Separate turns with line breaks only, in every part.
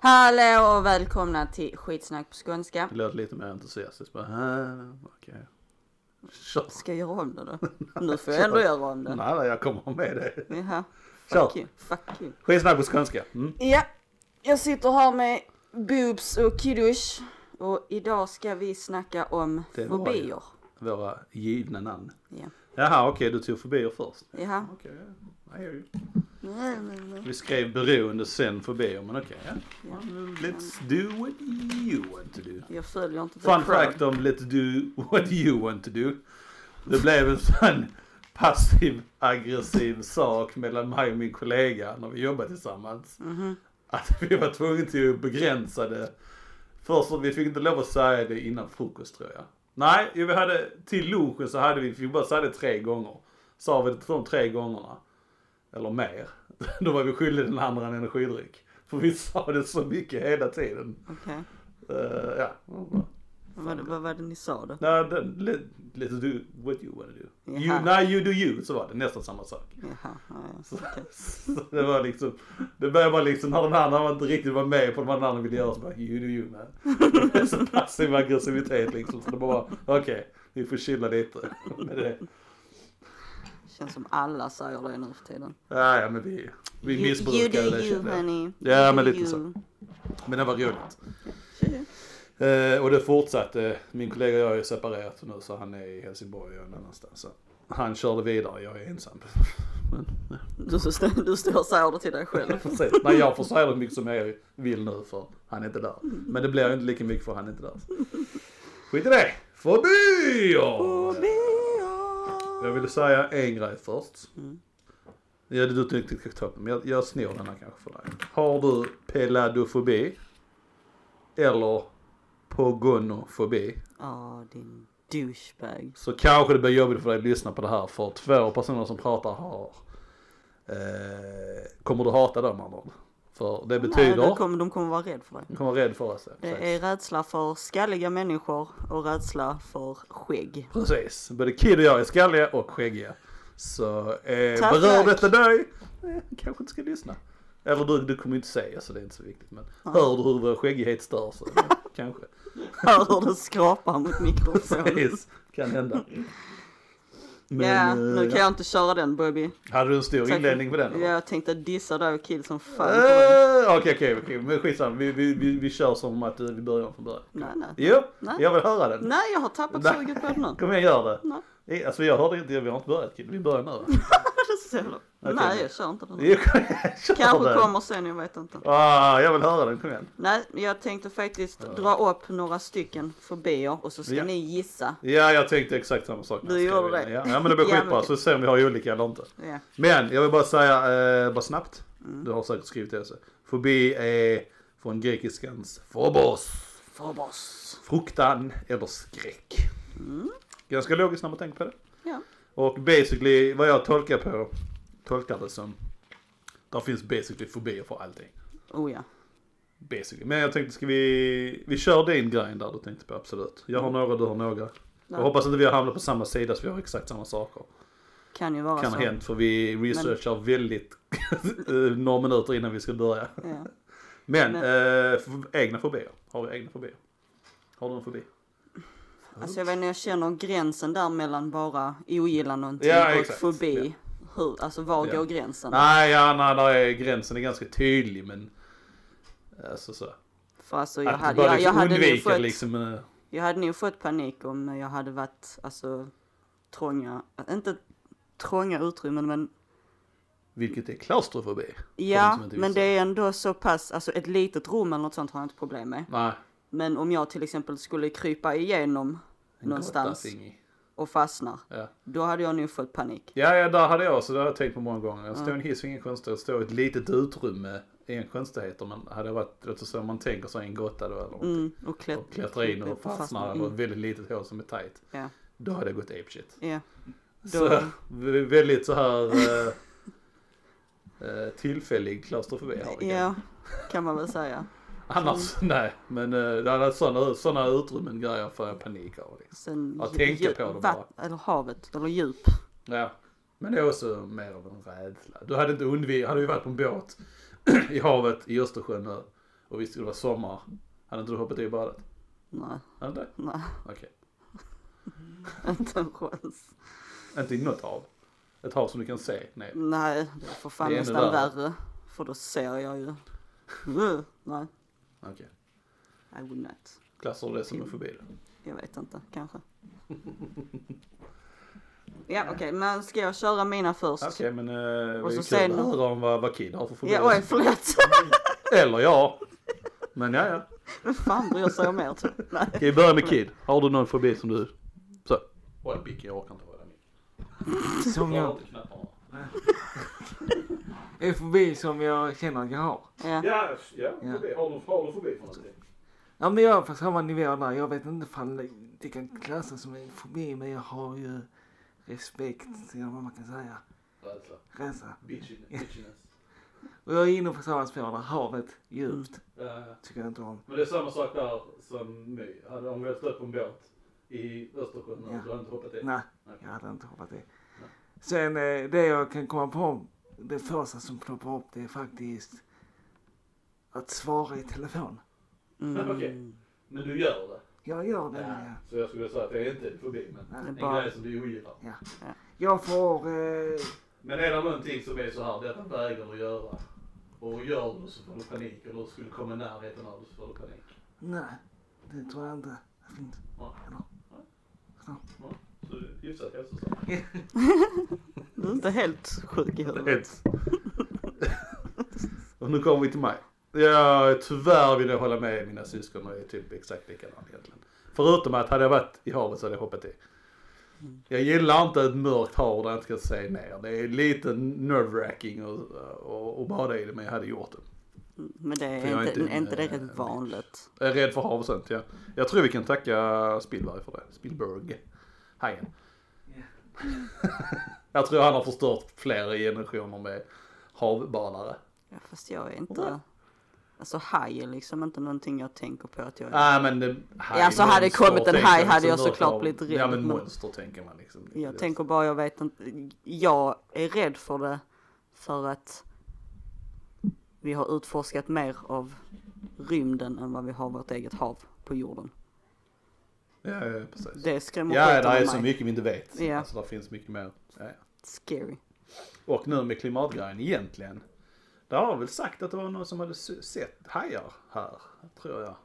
Hallå och välkomna till skitsnack på skånska.
Det lät lite mer entusiastiskt. Bara, "Hä, okej. Kör.
Ska jag göra om den då? Nu får jag ändå göra om den.
Nej, nej, jag kommer med dig.
Jaha.
Kör.
Mm. Fuck you. Fuck you.
Skitsnack på skånska. Mm.
Ja, jag sitter här med Boobs och Kiddush. Och idag ska vi snacka om
Det var
fobier.
Våra givna namn.
Ja.
Jaha, okej, du tog fobier först.
Jaha.
Okej, I hear you. Vi skrev beroende sen fobier, men okej. ja. Let's do what you want to do.
Jag följer inte
Fun
Crown.
fact om Let's do what you want to do. Det blev en sån passiv aggressiv sak mellan mig och min kollega när vi jobbade tillsammans. Att vi var tvungna till att begränsa det. Först så vi fick inte lov att säga det innan frukost tror jag. Nej, jo, vi hade, till lunchen så hade vi, vi fick bara säga det tre gånger. Sa vi det de tre gångerna, eller mer, då var vi skyldiga den andra en energidryck. För vi sa det så mycket hela tiden.
Okej.
Eh, ja.
Vad, vad var det ni sa då?
Nej, den, let, let's do what you wanna do.
Jaha.
You, nej, you do you, så var det nästan samma sak.
Jaha. ja,
Så,
ja.
så det var liksom, det började bara liksom när den andra var inte riktigt var med på vad den andra ville göra så bara you do you man. Det är så passiv aggressivitet liksom så det bara okej, vi får chilla lite med det.
Känns som alla säger det nu för tiden.
Ja, ja men vi, vi
You-
missbrukade
You do
det
you
kände jag.
honey.
Ja,
You
men
do
lite så.
you.
Men det var roligt.
Ja, ja.
Eh, och det fortsatte. Min kollega och jag är separerat nu så han är i Helsingborg och jag är någon annanstans. Så han körde vidare, jag är ensam. Men, ja.
Du, står- du står och säger det till dig själv.
Precis. Nej jag får säga hur mycket som jag vill nu för han är inte där. Men det blir ju inte lika mycket för han är inte där. Skit i det! Fobier! Jag ville säga en grej först.
Mm.
Ja, det du inte riktigt kan ta upp men jag, jag snor den här kanske för dig. Har du peladofobi? Eller pogonofobi?
Ja, din douchebag.
Så kanske det blir jobbigt för dig att lyssna på det här för två personer som pratar har eh, Kommer du hata dem Arnold? För det betyder
Nej, de, kommer, de kommer vara rädda för dig.
Du kommer vara rädd för oss.
Det är rädsla för skalliga människor och rädsla för skägg.
Precis. Både Kid och jag är skalliga och skäggiga. Så eh,
Tack,
berör
tack.
detta dig? Eh, kanske inte ska lyssna. Eller du, du kommer ju inte säga så det är inte så viktigt. Men hör du hur vår skäggighet stör så eh, kanske.
Hör hur det skrapar mot mikrofonen.
Precis. Kan hända. Men,
Ja,
eh,
nu kan jag inte köra den Bobby.
Hade du en stor
Tack.
inledning på den? eller?
Ja, Jag tänkte dissa dig och kill som fan. på den.
Eh, Okej, okej, okej. Men skitsamma. Vi, vi, vi, vi kör som att eh, vi börjar från början.
Nej, nej.
Jo,
Nej.
jag vill höra den.
Nej, jag har tappat
Nej.
suget på den nu.
Kom igen, gör det.
Nej.
Nej. Alltså jag hörde inte, vi har inte börjat Kid. Vi börjar nu. va?
Det är så jävla-
Okej.
Nej, jag kör inte den.
Jo, kom igen, kör
Kanske
den.
kommer sen, jag vet inte.
Ah, jag vill höra den, kom igen.
Nej, jag tänkte faktiskt dra upp några stycken fobier och så ska
Ja.
ni gissa.
Ja, jag tänkte exakt samma sak. när
Du
jag skrev
gjorde
in
det.
Ja, ja, men det blir
Ja, men
skitbra.
okej.
Så ser vi om vi har olika eller inte.
Ja.
Men jag vill bara säga, eh, bara snabbt.
Mm.
Du har säkert skrivit det också. Fobi är från grekiskans phobos.
Phobos.
Fruktan eller skräck.
Mm.
Ganska logiskt när man tänker på det.
Ja.
Och basically, vad jag tolkar på, tolkar det som, där finns basically fobier för allting.
Oh ja.
Basically. Men jag tänkte, ska vi, vi kör din grej där du tänkte på, absolut. Jag har några, du har några. Jag
Ja.
hoppas inte vi har hamnat på samma sida så vi har exakt samma saker.
Kan ju vara
Kan
så.
ha hänt för vi researchar väldigt eh, några minuter innan vi ska börja.
Ja.
Men, Eh, f- egna fobier. Har vi egna fobier? Har du en fobi?
Alltså jag vet inte, jag känner gränsen där mellan bara ogilla någonting
Ja,
och
exakt.
fobi. Hur, alltså var
Ja.
går gränsen?
Nej, ja, nej, där är, gränsen är ganska tydlig men... Alltså så.
För alltså jag
Att
hade,
bara
jag, jag,
liksom
hade nog
undvika
fått,
liksom... eh,
jag hade nog fått panik om jag hade varit alltså trånga, inte trånga utrymmen men
Vilket är klaustrofobi. För de
ja,
som inte
men
visste.
det är ändå så pass, alltså ett litet rum eller något sånt har jag inte problem med.
Nej.
Men om jag till exempel skulle krypa igenom
en
någonstans
gotta thingy.
och fastnar,
Ja.
då hade jag nog fått panik.
ja, ja, där hade jag så det har jag tänkt på många gånger. Att Stå i en hiss är ingen konstighet. Att Stå i ett litet utrymme är en konstighet. Om man hade varit, låt oss säga om man tänker sig en grotta då eller någonting.
Mm, och klätt,
Och klättrar in och fastnar
Mm,
över ett väldigt litet hål som är tight.
ja,
Då hade jag gått apeshit.
ja.
Så
Då-
v- väldigt så här eh, eh, tillfällig klaustrofobi har vi.
Ja, mm. kan man väl säga.
Annars nej, men eh, sådana, sådana utrymmen grejer får jag panik av. Liksom.
Sen
Ja,
dju-
tänka
dju-
på det
vatt- Eller havet, eller djup.
Ja, men det är också mer av en rädsla. Du hade inte undvikit, hade vi varit på en båt i havet i Östersjön nu och vi skulle vara sommar. Hade inte du hoppat i badet?
Nej,
Hade du det?
nej,
Okej.
inte en chans.
Inte i något hav. Ett hav som du kan se? Nej.
Nej, det är för fan
Det är ännu
nästan
värre.
värre. För då ser jag ju. Mm, Nej,
Okej.
I would not.
Klassar du det som en fobi då?
Jag vet inte, kanske. Ja okej, men ska jag köra mina först?
Okej men eh,
Och
det är
så
kul
sen-
att höra om vad, vad Kid har för fobi.
Ja, oj förlåt.
Eller jag. Men ja ja.
Vem fan bryr sig om er typ? Nej.
Ska vi börja med Kid? Har du någon fobi som du... Så. Håll Bicke, jag orkar inte hålla min.
Som jag, en fobi som jag känner att jag har.
Ja.
Ja, ja,
fobi.
Har du, har du fobi för någonting?
Ja men jag är på samma nivå där. Jag vet inte fan det- det kan klassas som en fobi men jag har ju respekt, eller vad man kan säga.
Rädsla.
Rädsla.
Bitchiness.
Och jag är inne på samma spår där. Havet, djupt,
Ja, ja.
tycker jag inte om.
Men det är samma sak där som My. Hade hon vält upp en båt i Östersjön
Ja.
hade inte hoppat i.
Nej,
Okej.
jag hade inte hoppat i. Sen eh, det jag kan komma på, det första som ploppar upp det är faktiskt att svara i telefon.
Mm.
Okej. Men du gör det.
Jag gör det. ja.
Så jag skulle säga att det är inte en fobi men
Nej.
Det är
en
bara-
grej som du ogillar.
Jag får... Eh,
Men är det någonting som är så här, detta vägrar du göra. Och gör du så får du panik. Eller skulle du komma i närheten av det så får du panik.
nej, det tror jag inte. Det finns.
Ja.
Eller?
Ja, Så det är hyfsat hälsosamt.
Du är inte helt sjuk i huvudet.
och nu kommer vi till mig. Jag tyvärr vill jag hålla med mina syskon och är typ exakt likadan egentligen. Förutom att hade jag varit i havet så hade jag hoppat i. Jag gillar inte ett mörkt hav där jag inte kan se ner. Det är lite nerve-wracking och, och, och bada i det men jag hade gjort det.
Men det
För
är
jag är
inte,
inte
är inte det
en,
rätt
eh,
vanligt.
Jag är rädd för hav och sånt ja. Jag tror vi kan tacka Spielberg för det. Spielberg. Hajen. jag tror han har förstört flera generationer med havbanare.
Ja, fast jag är inte... Alltså haj är liksom inte någonting jag tänker på att jag är.
Nej men det, haj,
Ja, alltså så hade det
monster,
kommit en
tänker
haj
man
hade
liksom
jag
rört
såklart
av.
blivit
Ja
rädd,
men
men-
monster tänker man liksom.
Jag
Det-
tänker bara, jag vet inte. Jag är rädd för det för att vi har utforskat mer av rymden än vad vi har vårt eget hav på jorden.
Ja, ja precis.
Det skrämmer
ja
skiten
det
ur
är
mig.
så mycket vi inte vet.
Ja.
Alltså det finns mycket mer. Ja, ja.
Scary.
Och nu med klimatgrejen egentligen. Där har jag väl sagt att det var någon som hade se- sett hajar här. Tror jag.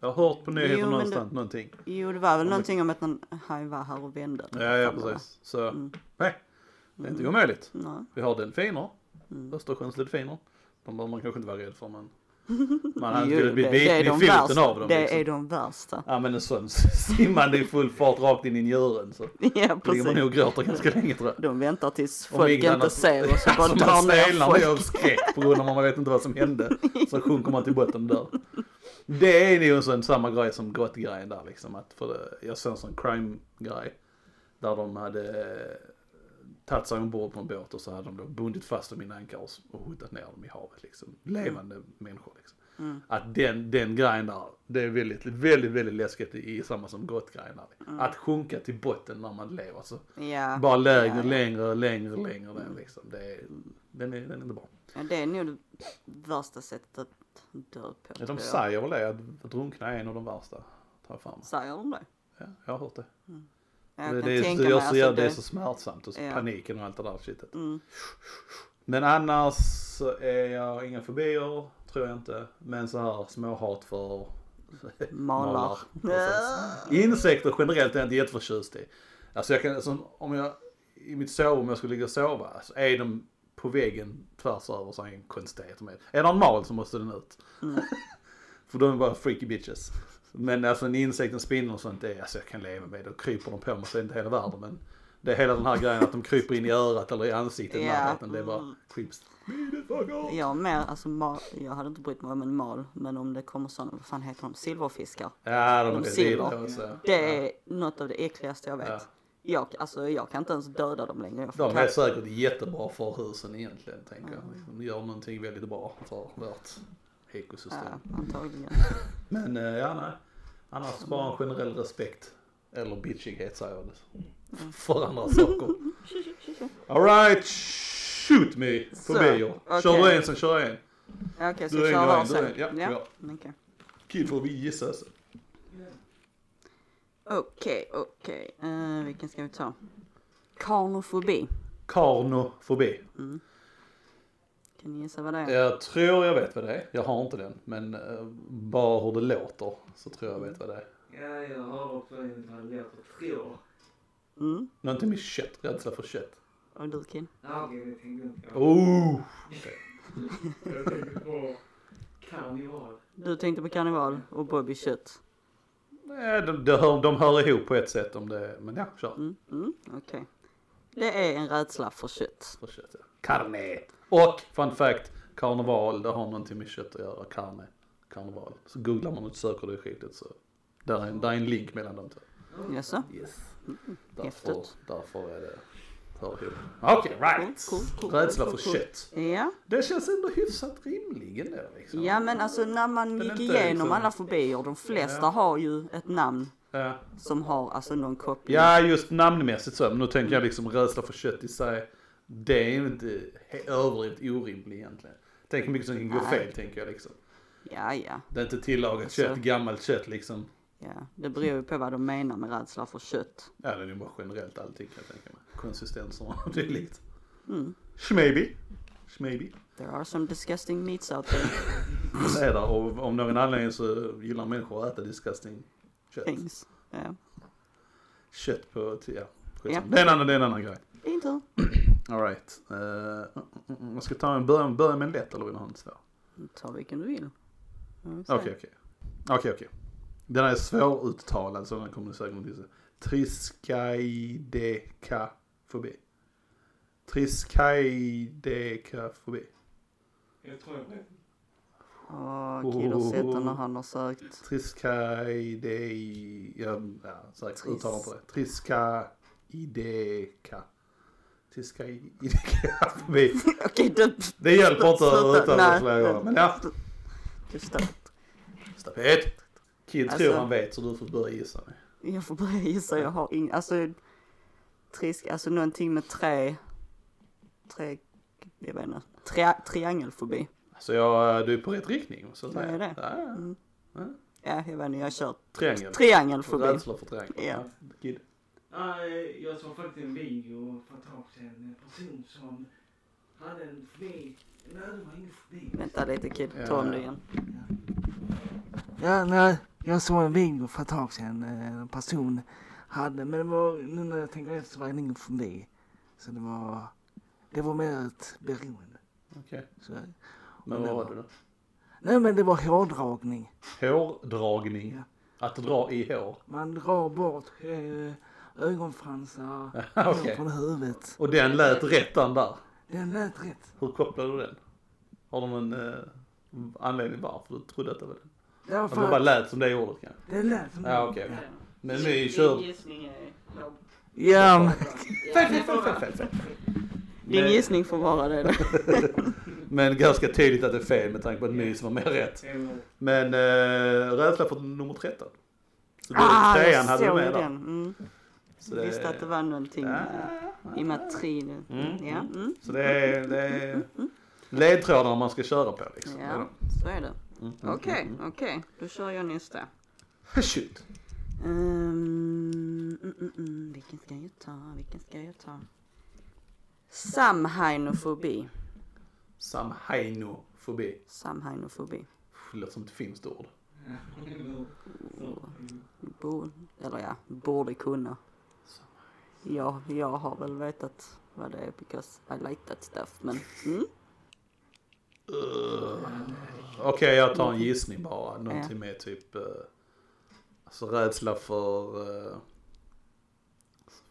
Jag har hört på
Jo,
nyheter
men
någonstans någonting.
Jo, det var väl någonting om att en haj var här och vände.
Ja, ja precis. Så
Mm.
nej, det är inte omöjligt.
Nej.
Vi har delfiner,
Mm.
Östersjöns delfiner. De behöver man kanske inte vara rädd för men man hade
Jo,
kunnat bli
det- det är
biten i
de
filten
värsta.
av dem.
Det
liksom.
är de värsta.
Ja men en sån simmande i full fart rakt in i njuren så
Ja,
ligger man
precis.
nog och gråter ganska länge tror jag.
De väntar tills
Och
folk
miglarna-
inte ser och så bara
Alltså,
drar
man
ner
stelnar
folk.
ju av skräck på grund av att man vet inte vad som hände. Så sjunker man till botten där. Det är ju en sån samma grej som grottgrejen där liksom. Att för det, jag såg en sån crime-grej. Där de hade eh, tagit sig ombord på en båt och så hade de då bundit fast dem i en ankare och hotat ner dem i havet liksom. Levande människor liksom.
Mm.
Att den, den grejen där, det är väldigt, väldigt, väldigt läskigt i samma som grottgrejen där.
Mm.
Att sjunka till botten när man lever. alltså. Så
Ja.
bara lägre,
ja, ja.
längre, längre, längre ner liksom. Det är, den, är, den är inte bra.
Ja, det är nog det värsta sättet att dö på.
Ja,
tror
De
jag.
säger väl det, att att drunkna är en av de värsta. Tar jag fram.
Säger de det?
Ja, jag har hört det.
Ja,
det,
Jag
det,
kan
är, så,
tänka
det,
mig.
gör så,
Alltså,
jävla- det är
det,
så smärtsamt och så
Ja.
paniken och allt det där shitet.
Mm.
Men annars så är jag inga fobier, tror jag inte. Men så här småhat för
malar.
Precis. Insekter generellt är jag inte jätteförtjust i. Alltså jag kan, som, om jag i mitt sovrum, jag skulle ligga och sova, så är de på väggen tvärs över så är en konstighet med. Är det en mal så måste den ut. För de är bara freaky bitches. Men alltså en insekt, en spindel och sånt, det är, alltså jag kan leva med det. Då kryper de på mig så är det inte hela världen. Men det är hela den här grejen att de kryper in i örat eller i ansiktet, i
Ja. Mm.
närheten. Det är bara creeps.
Jag mer, alltså mal, jag hade inte brytt mig om en mal, men om det kommer sådana, vad fan heter de, silverfiskar.
Ja, de,
De
är
silver.
vidriga. alltså. så.
Det är något av det äckligaste jag vet.
Ja.
Jag, alltså, jag kan inte ens döda dem längre. Jag får
De är
kast-
säkert jättebra för husen egentligen, tänker jag.
Mm.
De gör någonting väldigt bra för vårt ekosystem.
ja, antagligen.
Men eh, ja, nej. Annars bara en generell respekt. Eller bitchighet säger jag det.
Mm.
För andra saker. Alright, shoot me!
Så,
Fobier. Kör
okej.
du en sen kör jag en.
Ja, Okej, så
Du
vi
är
klarar
en,
av
du är
sen.
en.
Ja,
Ja,
ja. okej.
Kul får vi gissa alltså.
Okej, okej. Eh, vilken ska vi ta? Karnofobi.
Karnofobi.
Kan ni gissa vad det är?
Jag tror jag vet vad det är. Jag har inte den. Men eh, bara hur det låter så tror jag vet vad det är.
Ja, jag hörde också en som låter tror.
Mm.
Någonting med kött. Rädsla för kött.
Och du Kim?
Ja, okej, det tänkte jag inte på.
Oh!
Jag tänkte på karneval.
Du tänkte på karneval och Bobby Kött.
Nej, de, de, hör, de hör ihop på ett sätt om det Men ja, kör.
Mm, mm, okej. Det är en rädsla för kött.
För kött ja. Carne. Och fun fact. Karneval, det har någonting med kött att göra. Carne. Karneval. Så googlar man och söker det i skiktet så. Där är, en- där är en link mellan de två.
Jaså?
Yes. Därför,
Häftigt.
därför är det... hör ihop. Okej, right.
Cool, cool, cool, cool,
Rädsla
cool,
för
cool.
kött.
Ja.
Det känns ändå hyfsat rimlig ändå liksom.
ja, men alltså när man
Den är
gick
inte
igenom
liksom-
alla fobier, de flesta
Ja.
har ju ett namn
Ja.
som har alltså någon koppling.
ja, just namnmässigt så. Men nu tänker jag liksom rädsla för kött i sig. Det är ju inte he- överdrivet orimligt egentligen. Tänk hur mycket som kan gå
Nej.
fel tänker jag liksom.
Ja, ja,
Det är inte tillagat
Alltså.
kött, gammalt kött liksom.
ja. Det beror ju på vad de menar med rädsla för kött.
Ja, det är ju bara generellt allting kan jag tänka mig. Konsistenser och dylikt.
Mm.
Schmaybe. Schmaybe.
There are some disgusting meats out there.
Det är där och om någon anledning så gillar människor att äta disgusting kött.
Things. Ja.
Kött på, ja.
Ja.
Yeah. Det är en annan, det är en annan grej.
Din tur.
Alright. Uh, mm, mm, ska jag ta en början, börja med en lätt eller vill du ha en svår?
Ta vilken du vill. Ja, vi får se.
Okej, okej. Okej, okej. Den här är svåruttalad så den kommer du säkert inte gissa. Triskaidekafobi. Triskaidekafobi.
Jag tror jag vet.
Åh, Kid har sett den när han har sökt.
Triskaidei... Ja, ja säkert
Tris-
uttalar på det. Triskaideka. Triskaidekafobi.
Okej, du...
Det hjälper inte
Sluta.
att uttala
Nej.
det flera gånger. Men ja.
Gustav,
Stafett! Kid
Alltså-
tror han vet så du får börja gissa. nu.
jag får börja gissa. Jag har ing... Alltså, trisk... Alltså någonting med trä... Trä... Jag vet inte. Tria... Triangelfobi.
Alltså jag, du är på rätt riktning. Så att
Ja,
säga.
är det?
Ja, ja.
Mm. Ja, jag vet inte. Jag kör
Triangel.
triangelfobi.
Rädsla för triangel.
Ja.
Kid.
Nej, jag såg faktiskt en video för ett tag sedan. En person som hade en fobi. Nej, det var ingen fobi.
Vänta lite Kid, ta om det igen.
Ja, nej. Jag såg en video för ett tag sedan. eh, En person hade, men det var, nu när jag tänker efter så var det ingen fobi. Så det var, det var mer ett beroende.
Okej.
Så,
Men vad var det då?
nej men det var hårdragning.
Hårdragning. Att dra i hår.
Man drar bort eh, ögonfransar
Ah, Okej.
från huvudet.
Och den lät rätt den där.
Den lät rätt.
Hur kopplade du den? Har du någon eh, anledning varför du trodde att det var den?
Därför
Att det bara lät som det ordet kanske?
det lät
Mm.
som
Ja okej. okej. Men vi kör...
Ja, men-
Fel, fel, fel, fel, fel, fel.
Din
Men-
gissning får vara det då.
Men ganska tydligt att det är fel med tanke på att mys var mer rätt. Men eh, rädsla för nummer 13. Så det,
Ah,
trean
jag
hade du
såg
med
den.
där.
Mm.
Så det,
Visste att det var någonting med-
Ah,
i matrin.
Mm.
Ja, mm.
så det är, det är ledtrådar man ska köra på liksom.
ja, så är det.
Mm, mm,
Okej,
mm,
okej. Då kör jag nästa.
mm. Shoot.
Um, mm, mm, mm. Vilken ska jag ta? Vilken ska jag ta? Samhainofobi.
Samhainofobi.
Samhainofobi.
Det låter som ett finskt ord.
Bo, eller ja, borde kunna. Ja, jag har väl vetat vad det är because I like that stuff. Men mm,
Eh, Okej, jag tar en gissning bara. Någonting med typ... eh, Alltså rädsla för... eh,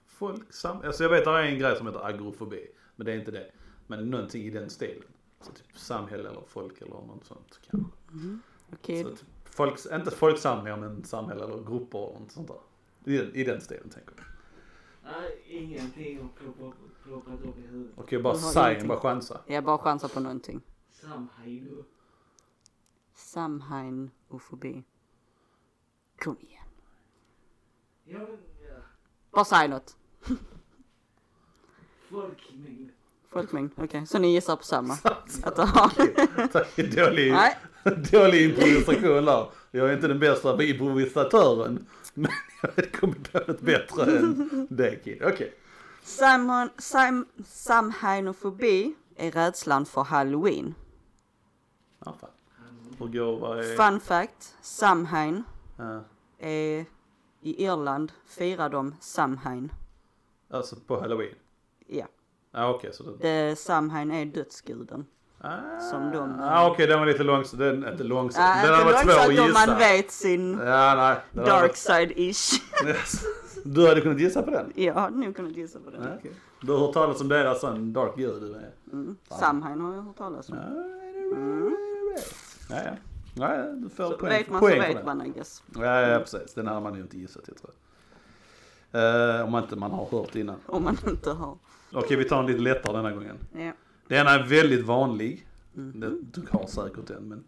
Folk sam... Alltså jag vet att det är en grej som heter agrofobi. Men det är inte det. Men någonting i den stilen. Så typ samhälle eller folk eller något sånt kanske.
okej.
Så typ folk, inte folksamlingar men samhälle eller grupper och något sånt där. I, den- i den stilen tänker jag.
Nej, ingenting har ploppat- ploppat upp i huvudet.
Okej, bara
Du har
säg,
ingenting.
bara chansa.
Jag bara chansar på någonting.
Samhailu.
Samhainofobi. Kom igen.
Ja, men ja.
Bara säg något.
folkmängd.
Folkmängd, okej. Så ni gissar på samma? Att det
Tack, dålig,
Nej.
dålig improvisation där. Jag är inte den bästa improvisatören. Men jag hade kommit på något bättre än det kid. Okej.
Simon, sim, samhainofobi är rädslan för halloween.
Ja, fan. Och går, vad är... eh,
Fun fact, samhain
Ja.
är i Irland firar de samhain.
alltså på halloween.
Ja,
Ja okej så den...
eh, samhain är dödsguden.
Ah,
Som de-
ah, okej den var lite långsam. Den, inte långsam.
Ja,
den hade
inte
varit svår att
långsamt om
gissa.
man vet sin
Ja nej. den hade
dark side-ish.
varit- Du hade kunnat gissa på den?
Jag hade nog kunnat gissa på
Ja,
det.
okej. Du har hört talas om deras sån dark gud? du med.
Mm. Samhain har jag hört talas
Ja,
om.
ja. Ja, ja, du får
Mm. Så
poäng,
vet man så
poäng för
vet
den.
man I guess.
Ja, ja, precis. Den hade man ju inte gissat, jag tror. Eh, om inte man har hört innan.
Om man inte har.
Okej, vi tar en lite lättare denna gången.
Ja.
Den är väldigt vanlig. Det, du har säkert den, men...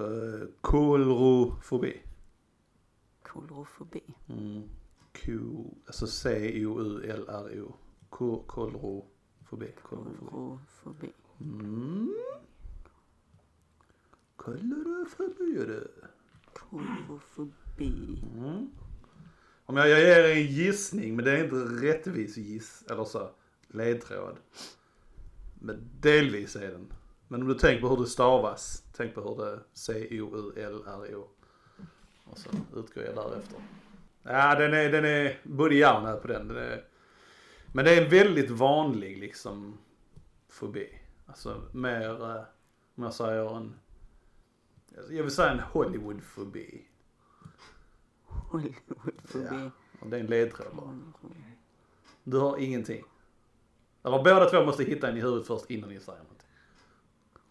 Uh, kolrofobi.
Kolorofobi.
Mm. Q, alltså C-O-U-L-R-O. Ko- Kolrofobi. Kolrofobi.
Kolorofobi.
Mm. Kolrofobi är det.
Kolorofobi.
Mm. Om jag, jag ger er en gissning, men det är inte rättvis giss, eller så, ledtråd. Men delvis är den. Men om du tänker på hur det stavas, tänk på hur det C-O-U-L-R-O. Och så utgår jag därefter. Ja, den är, den är både ja och nej på den. den är, men det är en väldigt vanlig liksom fobi. Alltså mer, eh, om jag säger en, jag vill säga en Hollywood-fobi.
Hollywoodfobi.
Och det är en ledtråd bara. Du har ingenting. Eller båda två måste hitta en i huvudet först innan ni säger någonting.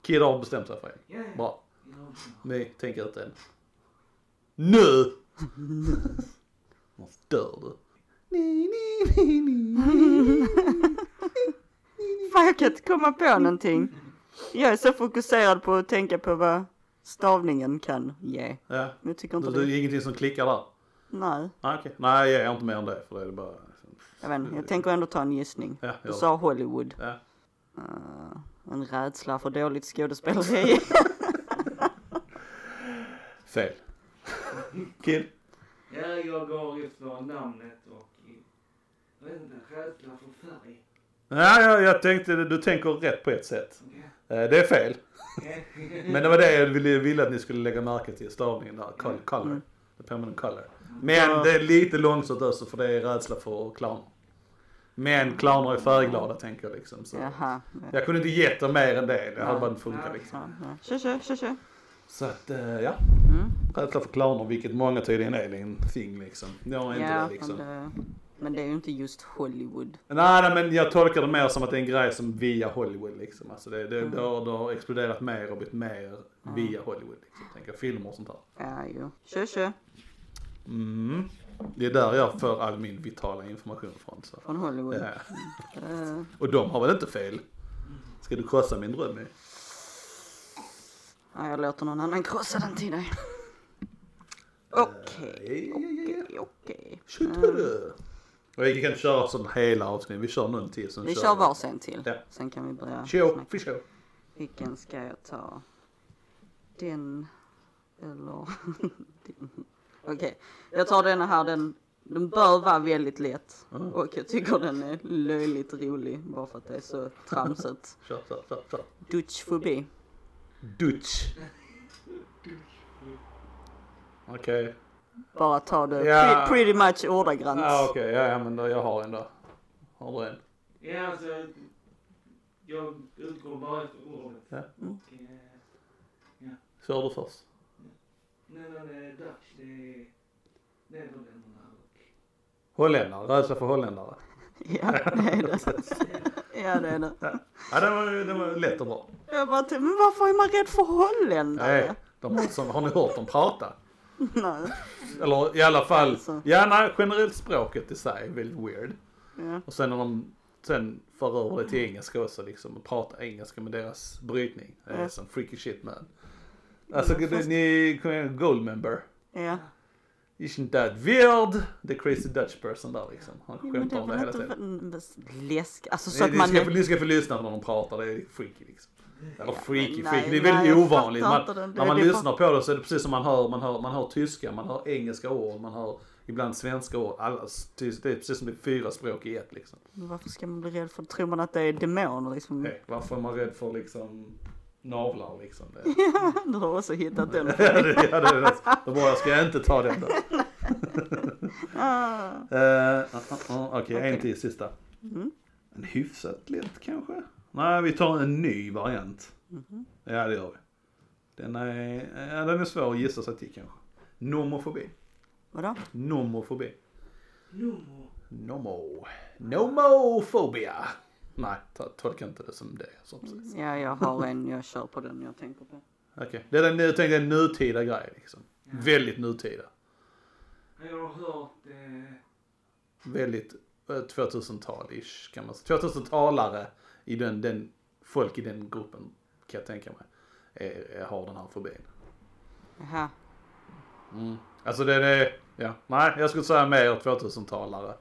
Kid har bestämt sig för
Ja,
en.
ja.
Bra. Ni, tänk ut en. Nu! Annars dör du. Ni, ni, ni, ni.
Fan jag kan inte komma på någonting. Jag är så fokuserad på att tänka på vad stavningen kan ge.
Ja.
Men jag tycker
Du,
inte
du,
det.
det är ingenting som klickar där?
Nej,
Nej, okej. Nej, jag är inte mer än det. För det är bara...
jag vet inte. Jag tänker ändå ta en gissning.
Ja,
Du
ja.
sa Hollywood.
Ja.
Eh, en rädsla för dåligt skådespeleri.
Fel. Kid?
Ja, jag går efter namnet och... eh, Jag vet inte, rädsla för färg.
Ja, jag, jag tänkte, du tänker rätt på ett sätt. Eh, Det är fel. Men det var det jag ville, ville att ni skulle lägga märke till, stavningen där.
Mm.
Col- Color. The permanent color. Men det är lite långsamt också för det är rädsla för clowner. Men clowner är färgglada tänker jag liksom. Så.
Jaha.
Jag kunde inte gett er mer än det, det hade bara inte funkat liksom.
Ja, ja. Kör, kör, kör, kör.
Så att, eh, ja.
Mm.
Rädsla för clowner, vilket många tydligen är, det är en thing liksom. Jag är inte
Ja,
det liksom.
men det- Men det är ju inte just Hollywood.
Nej, nej, men jag tolkar det mer som att det är en grej som via Hollywood liksom. Alltså det, det, det, har, det har exploderat mer och blivit mer
Mm.
via Hollywood. Liksom, tänker jag. Filmer och sånt där.
Ja, jo. Kör, kör.
Mm. Det är där jag får all min vitala information från. Så.
Från Hollywood.
Ja.
Eh,
Och de har väl inte fel? Ska du krossa min dröm i?
ja, jag låter någon annan krossa den till dig. Okej, okej, Mm. okej.
Tjuttudu! Och vi kan inte köra sån hela avsnitt, vi kör någon till. sen
Vi
jag.
kör varsin till.
Ja.
Sen kan vi börja
Tjo,
snacka.
vi kör.
Vilken ska jag ta? Den eller din? Okej, jag tar denna här. Den, den bör vara väldigt lätt.
Ah.
Och jag tycker den är löjligt rolig bara för att det är så tramsigt.
Kör, kör, kör, kör.
Dutchfobi.
Dutch. Okej.
Bara ta det
Ja.
pre- pretty much ordagrant.
Ja, Ah, okej. Ja, ja, men då, jag har en då. Har du en?
Ja, alltså... Jag utgår bara efter ordet.
Ja.
Och... Eh,
Kör du först.
nej, nej, nej, Dutch, det är Nederländerna och...
Holländare, rädsla för holländare.
Ja, det är det. Ja, det är det.
Ja, den var, den var lätt och bra.
Jag bara typ, men varför är man rädd för
Nej,
holländare?
de har, som, har ni hört dem prata?
Nej.
Eller i alla fall,
Alltså.
ja nej, generellt språket i sig är väldigt weird.
Ja.
Och sen när de sen för över det till engelska också liksom och pratar engelska med deras brytning. Det är
Ja.
som freaky shit man. Alltså, ni ni, Goldmember.
Ja.
Isn't that weird? The crazy Dutch person där liksom. Han
Jo, Men det
skämtar
är
om det
väl
hela
inte
tiden.
en läsk... Alltså så
Ni,
att
ni,
man...
ska, ni ska få lyssna när de pratar, det är freaky liksom. Eller
nej,
freaky, freaky. Det är
nej,
väldigt
jag
ovanligt.
fattar
Man,
inte den. Det-
när man
det är bara-
lyssnar på det så är det precis som man hör, man hör, man hör tyska, man hör engelska ord, man hör ibland svenska ord. Alla, det är precis som det är fyra språk i ett liksom.
Varför ska man bli rädd för... Tror man att det är demoner liksom?
Nej, varför är man rädd för liksom navlar liksom? Det,
Du har också hittat den.
ja, det, ja, det, är det. Då bara, jag ska jag inte ta den då.
Ah.
Eh, ah, ah, ah, Okej,
Okej.
en till sista.
Mm.
En hyfsat lätt kanske? Nej, vi tar en ny variant.
Mhm.
Ja, det gör vi. Den är, ja, den är svår att gissa sig till kanske. Nomofobi.
Vadå?
Nomofobi. Nomo. Nomofobia. Nej, ta- tolka inte det som det. Som precis.
Ja, jag har en. Jag kör på den jag tänker på.
Okej, det är den, jag tänkte en nutida grej liksom. Väldigt nutida.
Jag har hört... Eh,
Väldigt eh, 2000-tal-ish kan man säga. 2000-talare i den, den, folk i den gruppen kan jag tänka mig. eh, eh, har den här fobin.
Jaha.
Mm. Alltså det är, ja. Nej, jag skulle säga mer 2000-talare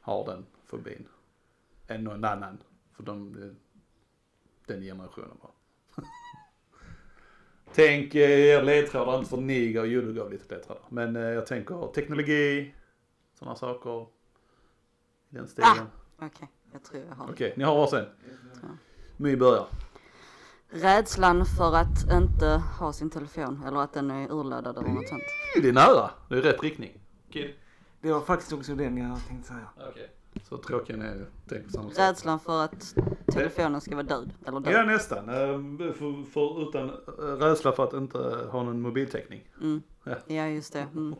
har den fobin. Än någon annan. För de, eh, den generationen bara. Tänk eh, er ledtrådar, inte för ni och Judo gav lite ledtrådar. Men eh, jag tänker teknologi, sådana saker. I den stilen.
Ah! Okej, jag tror jag har.
Okej, ni har varsin. My börjar.
Rädslan för att inte ha sin telefon eller att den är urladdad eller något sånt.
Mm, Det är nära, det är rätt riktning. Kid.
det var faktiskt också den jag tänkte säga.
Okej. Så tråkiga ni är, tänk på samma sak.
Rädslan för att telefonen ska vara död eller
Ja
död.
nästan. Eh, För, för, utan eh, rädsla för att inte ha någon mobiltäckning.
Mm.
Ja.
Ja, just det. Mm.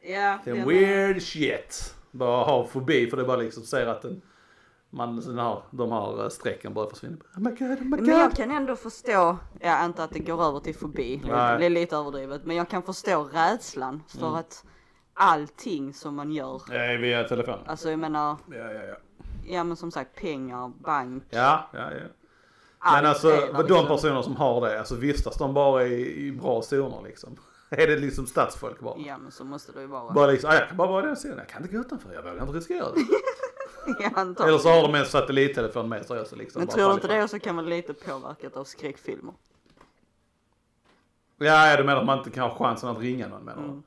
Ja,
Det är weird shit. Bara ha fobi för det är bara liksom ser att den, man, den här, de här eh, strecken bara försvinner. Oh my god, oh my
Men jag
god.
kan ändå förstå, ja inte att det går över till fobi,
Nej. Mm.
det är lite överdrivet, men jag kan förstå rädslan för att allting som man gör,
Nej, via telefonen.
alltså jag menar,
Ja, ja, ja.
ja men som sagt pengar, bank,
Ja, ja, ja.
allt
Men alltså
är där
vad de
liksom.
personer som har det, alltså vistas de bara i, i bra zoner liksom? Är det liksom stadsfolk bara?
Ja men så måste det ju vara.
Bara liksom, "Ah, jag kan bara vara i den zonen, jag kan inte gå utanför, jag vågar inte riskera det.
Ja,
Eller
antagligen.
så har de en satellittelefon med sig också liksom.
Men
bara
tror du
faller
inte
ifrån.
det också kan vara lite påverkat av skräckfilmer?
Ja, ja, du menar att man inte kan ha chansen att ringa någon menar du?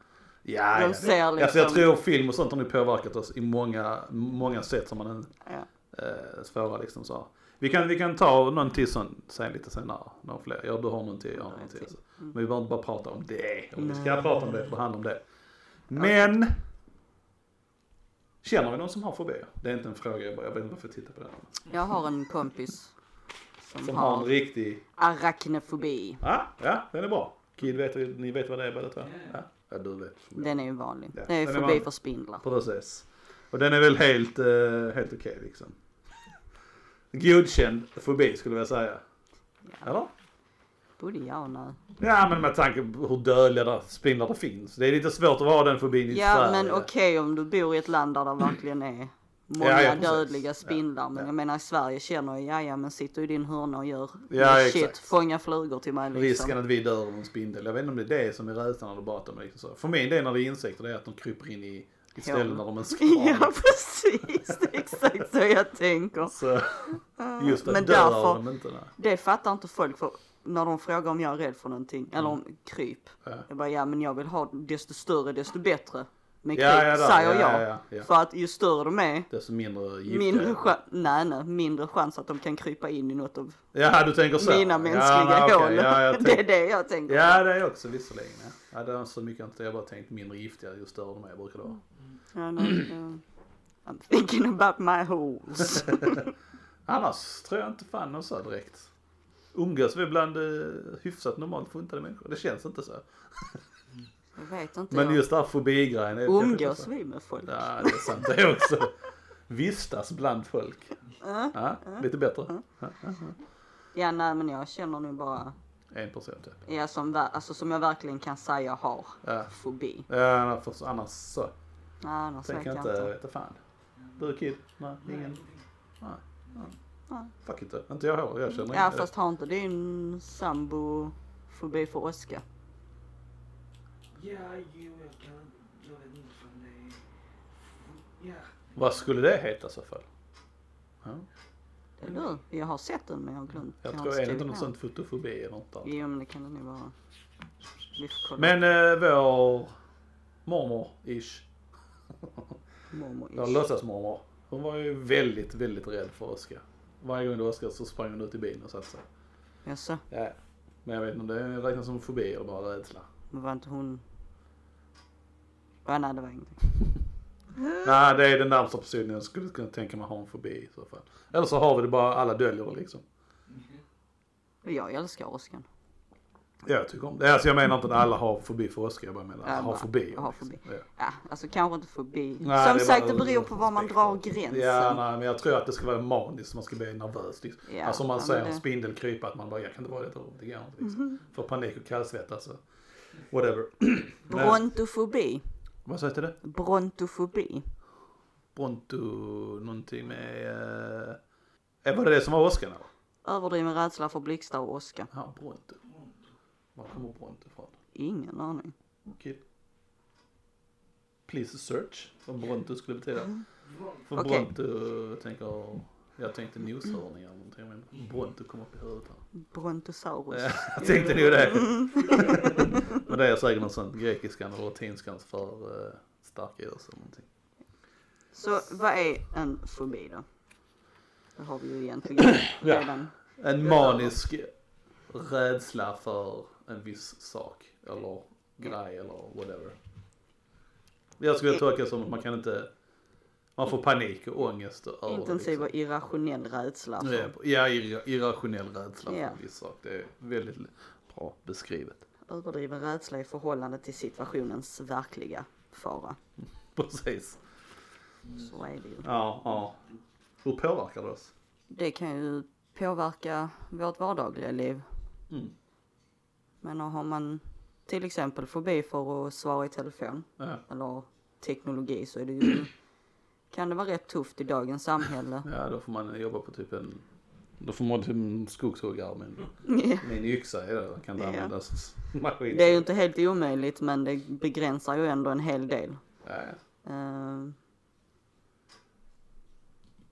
Ja,
Mm. De
ja.
ser
alltså, jag
liksom-
tror film och sånt har nu påverkat oss i många, många sätt som man
Ja.
är eh, svåra liksom så. Vi kan, vi kan ta någon till sån sen lite senare. Någon fler. Ja, du har någon till, jag har någon till. Alltså.
Mm.
Men vi behöver inte bara prata om det. Om vi ska prata om det, får hand om det. Men. Känner vi någon som har fobier? Det är inte en fråga, jag, bara, jag vet inte varför jag tittar på den.
Jag har en kompis som,
Som har en
har
riktig
arachnofobi.
Ja, ja, den är bra. Kid vet, ni vet vad det är båda två? Ja. ja, du vet.
Den är ju vanlig.
Ja,
Det är
den är
fobi
vanlig.
för spindlar.
Precis. Och den är väl helt, eh, helt okej liksom. Godkänd fobi skulle jag säga. Eller?
Borde jag nu.
Ja men med tanke på hur dödliga där spindlar det finns. Det är lite svårt att ha den fobin i
Ja
Sverige.
men okej om du bor i ett land där det verkligen är många
Mm. Ja, ja, precis.
dödliga spindlar. Men
ja.
jag menar i Sverige känner jag, ja, ja men sitter i din hörna och gör
Ja,
shit,
exakt.
fånga flugor till mig liksom.
Risken att vi dör av en spindel. Jag vet inte om det är det som är rädslan när du pratar om det. Liksom så. För min del när det är insekter det är att de kryper in i, i ställen där de är skar.
Ja precis, det är exakt så jag tänker.
Så just att
Men
dö
därför-
av dem inte. Nej.
Det fattar inte folk för när de frågar om jag är rädd för någonting, eller om kryp.
Mm. Ja.
Jag bara, ja men jag vill ha desto större desto bättre. Men kryp
Ja, ja, där.
säger
Ja,
jag.
ja, ja, ja.
För att ju större de är,
Desto mindre giftiga.
mindre chans, nej nej, mindre chans att de kan krypa in i något av
Ja, du tänker så.
mina mänskliga
ja, nej, okej.
hål.
Ja, jag
det är
tänk...
det jag tänker.
ja, det är också visserligen. Ja. Ja, det är inte så mycket jag inte, jag har bara tänkt mindre giftiga ju större de är brukar det vara.
Ja, nej, ja. I'm thinking about my holes.
Annars tror jag inte fan någon så direkt. Umgås vi bland eh, hyfsat normalt funtade människor? Det känns inte så.
jag vet inte.
Men
jag.
just den här fobigrejen. är-
Umgås vi med folk?
Ja, det är sant det också. Vistas bland folk. Ja, lite bättre.
Ja nej men jag känner nu bara,
En person typ.
ja, som, ver- alltså, som jag verkligen kan säga jag har
Ja.
fobi.
Ja, för annars så.
Nej annars vet
Tänker
jag
jag
inte.
inte, vet du fan. Du Kid? Nej, ingen? Nej.
Nej.
Fuck inte. Inte jag heller. Jag känner
Ja
ingen-
fast har inte din sambo fobi för åska?
Ja, jo, jag kan Ja.
Vad skulle det heta i så fall? Ja,
Eller hur? Jag har sett den men jag har glömt.
Mm. jag
har
tror,
inte
är det inte
skrivit
något
ner.
sånt fotofobi eller något annat?
Jo men det kan det nog vara. Vi får kolla.
Men eh, vår mormor-ish,
Mormor
vår
ish.
låtsasmormor, hon var ju väldigt, väldigt rädd för Oskar. Varje gång det var Oskar så sprang hon ut i bilen och satte sig.
Jaså?
Ja. Men jag vet inte om det räknas som fobi eller bara rädsla.
Men var inte hon... Ja, nej det var ingenting.
Nej, det är den närmsta personen jag skulle kunna tänka mig ha en fobi i så fall. Eller så har vi det bara, alla döljer det liksom.
Jag älskar åskan.
Ja, jag tycker om det. Alltså jag menar inte att alla har fobi för Oskar, jag bara menar alla
Ja,
har
bara,
fobi.
har
liksom.
fobi.
Ja.
Ja, alltså kanske inte fobi.
Nej,
Som
det är
sagt,
bara-
det beror på var man drar gränsen.
Ja, nej, men jag tror att det ska vara maniskt, man ska bli nervös. Liksom.
Ja,
alltså om man
ja, men
ser en
det- Mhm.
spindelkrypa, att man bara, jag kan inte vara i detta rummet, det går inte. Liksom. Får panik och kallsvett alltså. Whatever.
Brontofobi.
Vad sa jag till det?
Brontofobi.
Bronto någonting med... Eh, var det det som var Oskar då?
Överdriven rädsla för blixtar och åska.
Ja, Bronto. Var kommer Bronto ifrån?
Ingen aning.
Kill. Please search vad Bronto skulle betyda. För
Okej.
Bronto tänker, eh, jag tänkte noshörning eller någonting men Bronto kommer upp i huvudet här.
Brontosaurus.
Ja, jag tänkte nog det. men det är säkert något sånt grekiskan eller latinskans för eh, starka djur eller någonting.
Så vad är en fobi då? Det har vi ju egentligen
Ja.
redan.
En manisk rädsla för en viss sak eller grej eller whatever. Jag skulle tolka det som att man kan inte, man får panik och ångest och över-
Intensiv och irrationell rädsla. för-
Ja, Eh, Ja, irra- irrationell rädsla
Alltså. Ja.
för en viss sak. Det är väldigt bra beskrivet.
Överdriven rädsla i förhållande till situationens verkliga fara.
Precis.
Så är det ju.
Ja, ja. Hur påverkar det oss?
Det kan ju påverka vårt vardagliga liv.
Mm.
Men har man till exempel fobi för att svara i telefon
Ja,
eller teknologi så är det ju, kan det vara rätt tufft i dagens samhälle.
ja då får man jobba på typ en... Då får man typ en skogshuggare med en, med en yxa i det. Då Kan det
Ja.
användas maskin.
Det är ju inte helt omöjligt men det begränsar ju ändå en hel del.
Ja, ja.
Eh,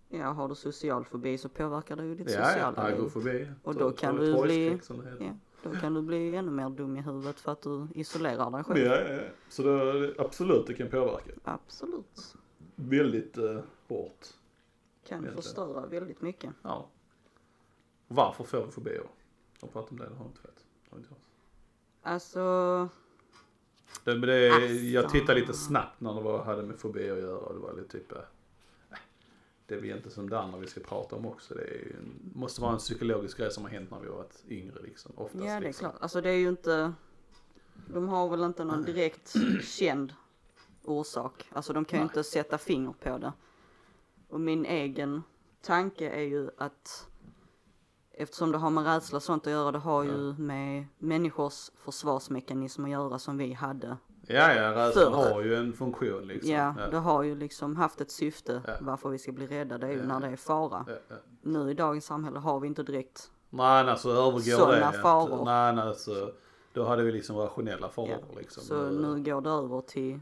ja, har du social fobi så påverkar det ju ditt
ja, ja.
sociala liv.
Agofobi.
Och
Tro-
då kan
tro-
du bli-
trojskräck, som det heter.
Ja, då kan du bli ännu mer dum i huvudet för att du isolerar dig
Ja,
själv.
ja, ja. Så det, absolut, det kan påverka
Absolut.
väldigt eh, hårt.
Kan
Vet du.
förstöra väldigt mycket.
Ja. Och Varför får vi fobier? Jag pratar om det, det har jag inte vet. Det har inte jag.
Alltså,
Det, men det,
Alltså.
Jag tittade lite snabbt när det var, hade med fobier att göra och det var lite typ, eh, nej, det är väl inte som det andra vi ska prata om också. Det är ju en, måste vara en psykologisk grej som har hänt när vi har varit yngre liksom. Oftast
ja det är
liksom.
klart. Alltså det är ju inte, de har väl inte någon direkt känd orsak. Alltså de kan ju
Nej.
inte sätta finger på det. Och min egen tanke är ju att eftersom det har med rädsla och sånt att göra, det har ju med människors försvarsmekanism att göra som vi hade.
Ja, ja, rädslan
Förr.
har ju en funktion liksom.
Ja, det
ja,
har ju liksom haft ett syfte
Ja.
varför vi ska bli rädda, det är ju
Ja.
när det är fara.
ja, ja.
Nu i dagens samhälle har vi inte direkt
Nej, alltså övergår
Sådana
det. att-
faror.
Nej, nej, alltså, då hade vi liksom rationella faror
Ja,
liksom.
Så nu går det över till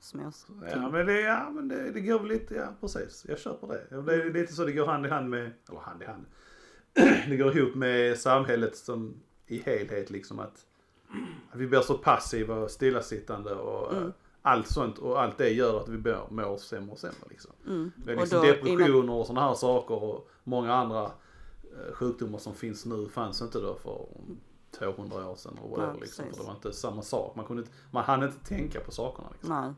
små
Ja
ting.
men, det, ja, men det, det går väl lite, ja precis. Jag köper det. Det är lite så det går hand i hand med, eller hand i hand. Det går ihop med samhället som i helhet liksom att, att vi blir så passiva och stillasittande och
Mm.
eh, allt sånt och allt det gör att vi mår, mår sämre och sämre liksom. Det är
Mm. Och
liksom
då-
depressioner och sådana här saker och många andra eh, sjukdomar som finns nu fanns inte då för 200 år sedan eller whatever
Nej,
liksom. För
precis.
det var inte samma sak. Man, kunde inte, man hann inte tänka på sakerna liksom.
Nej.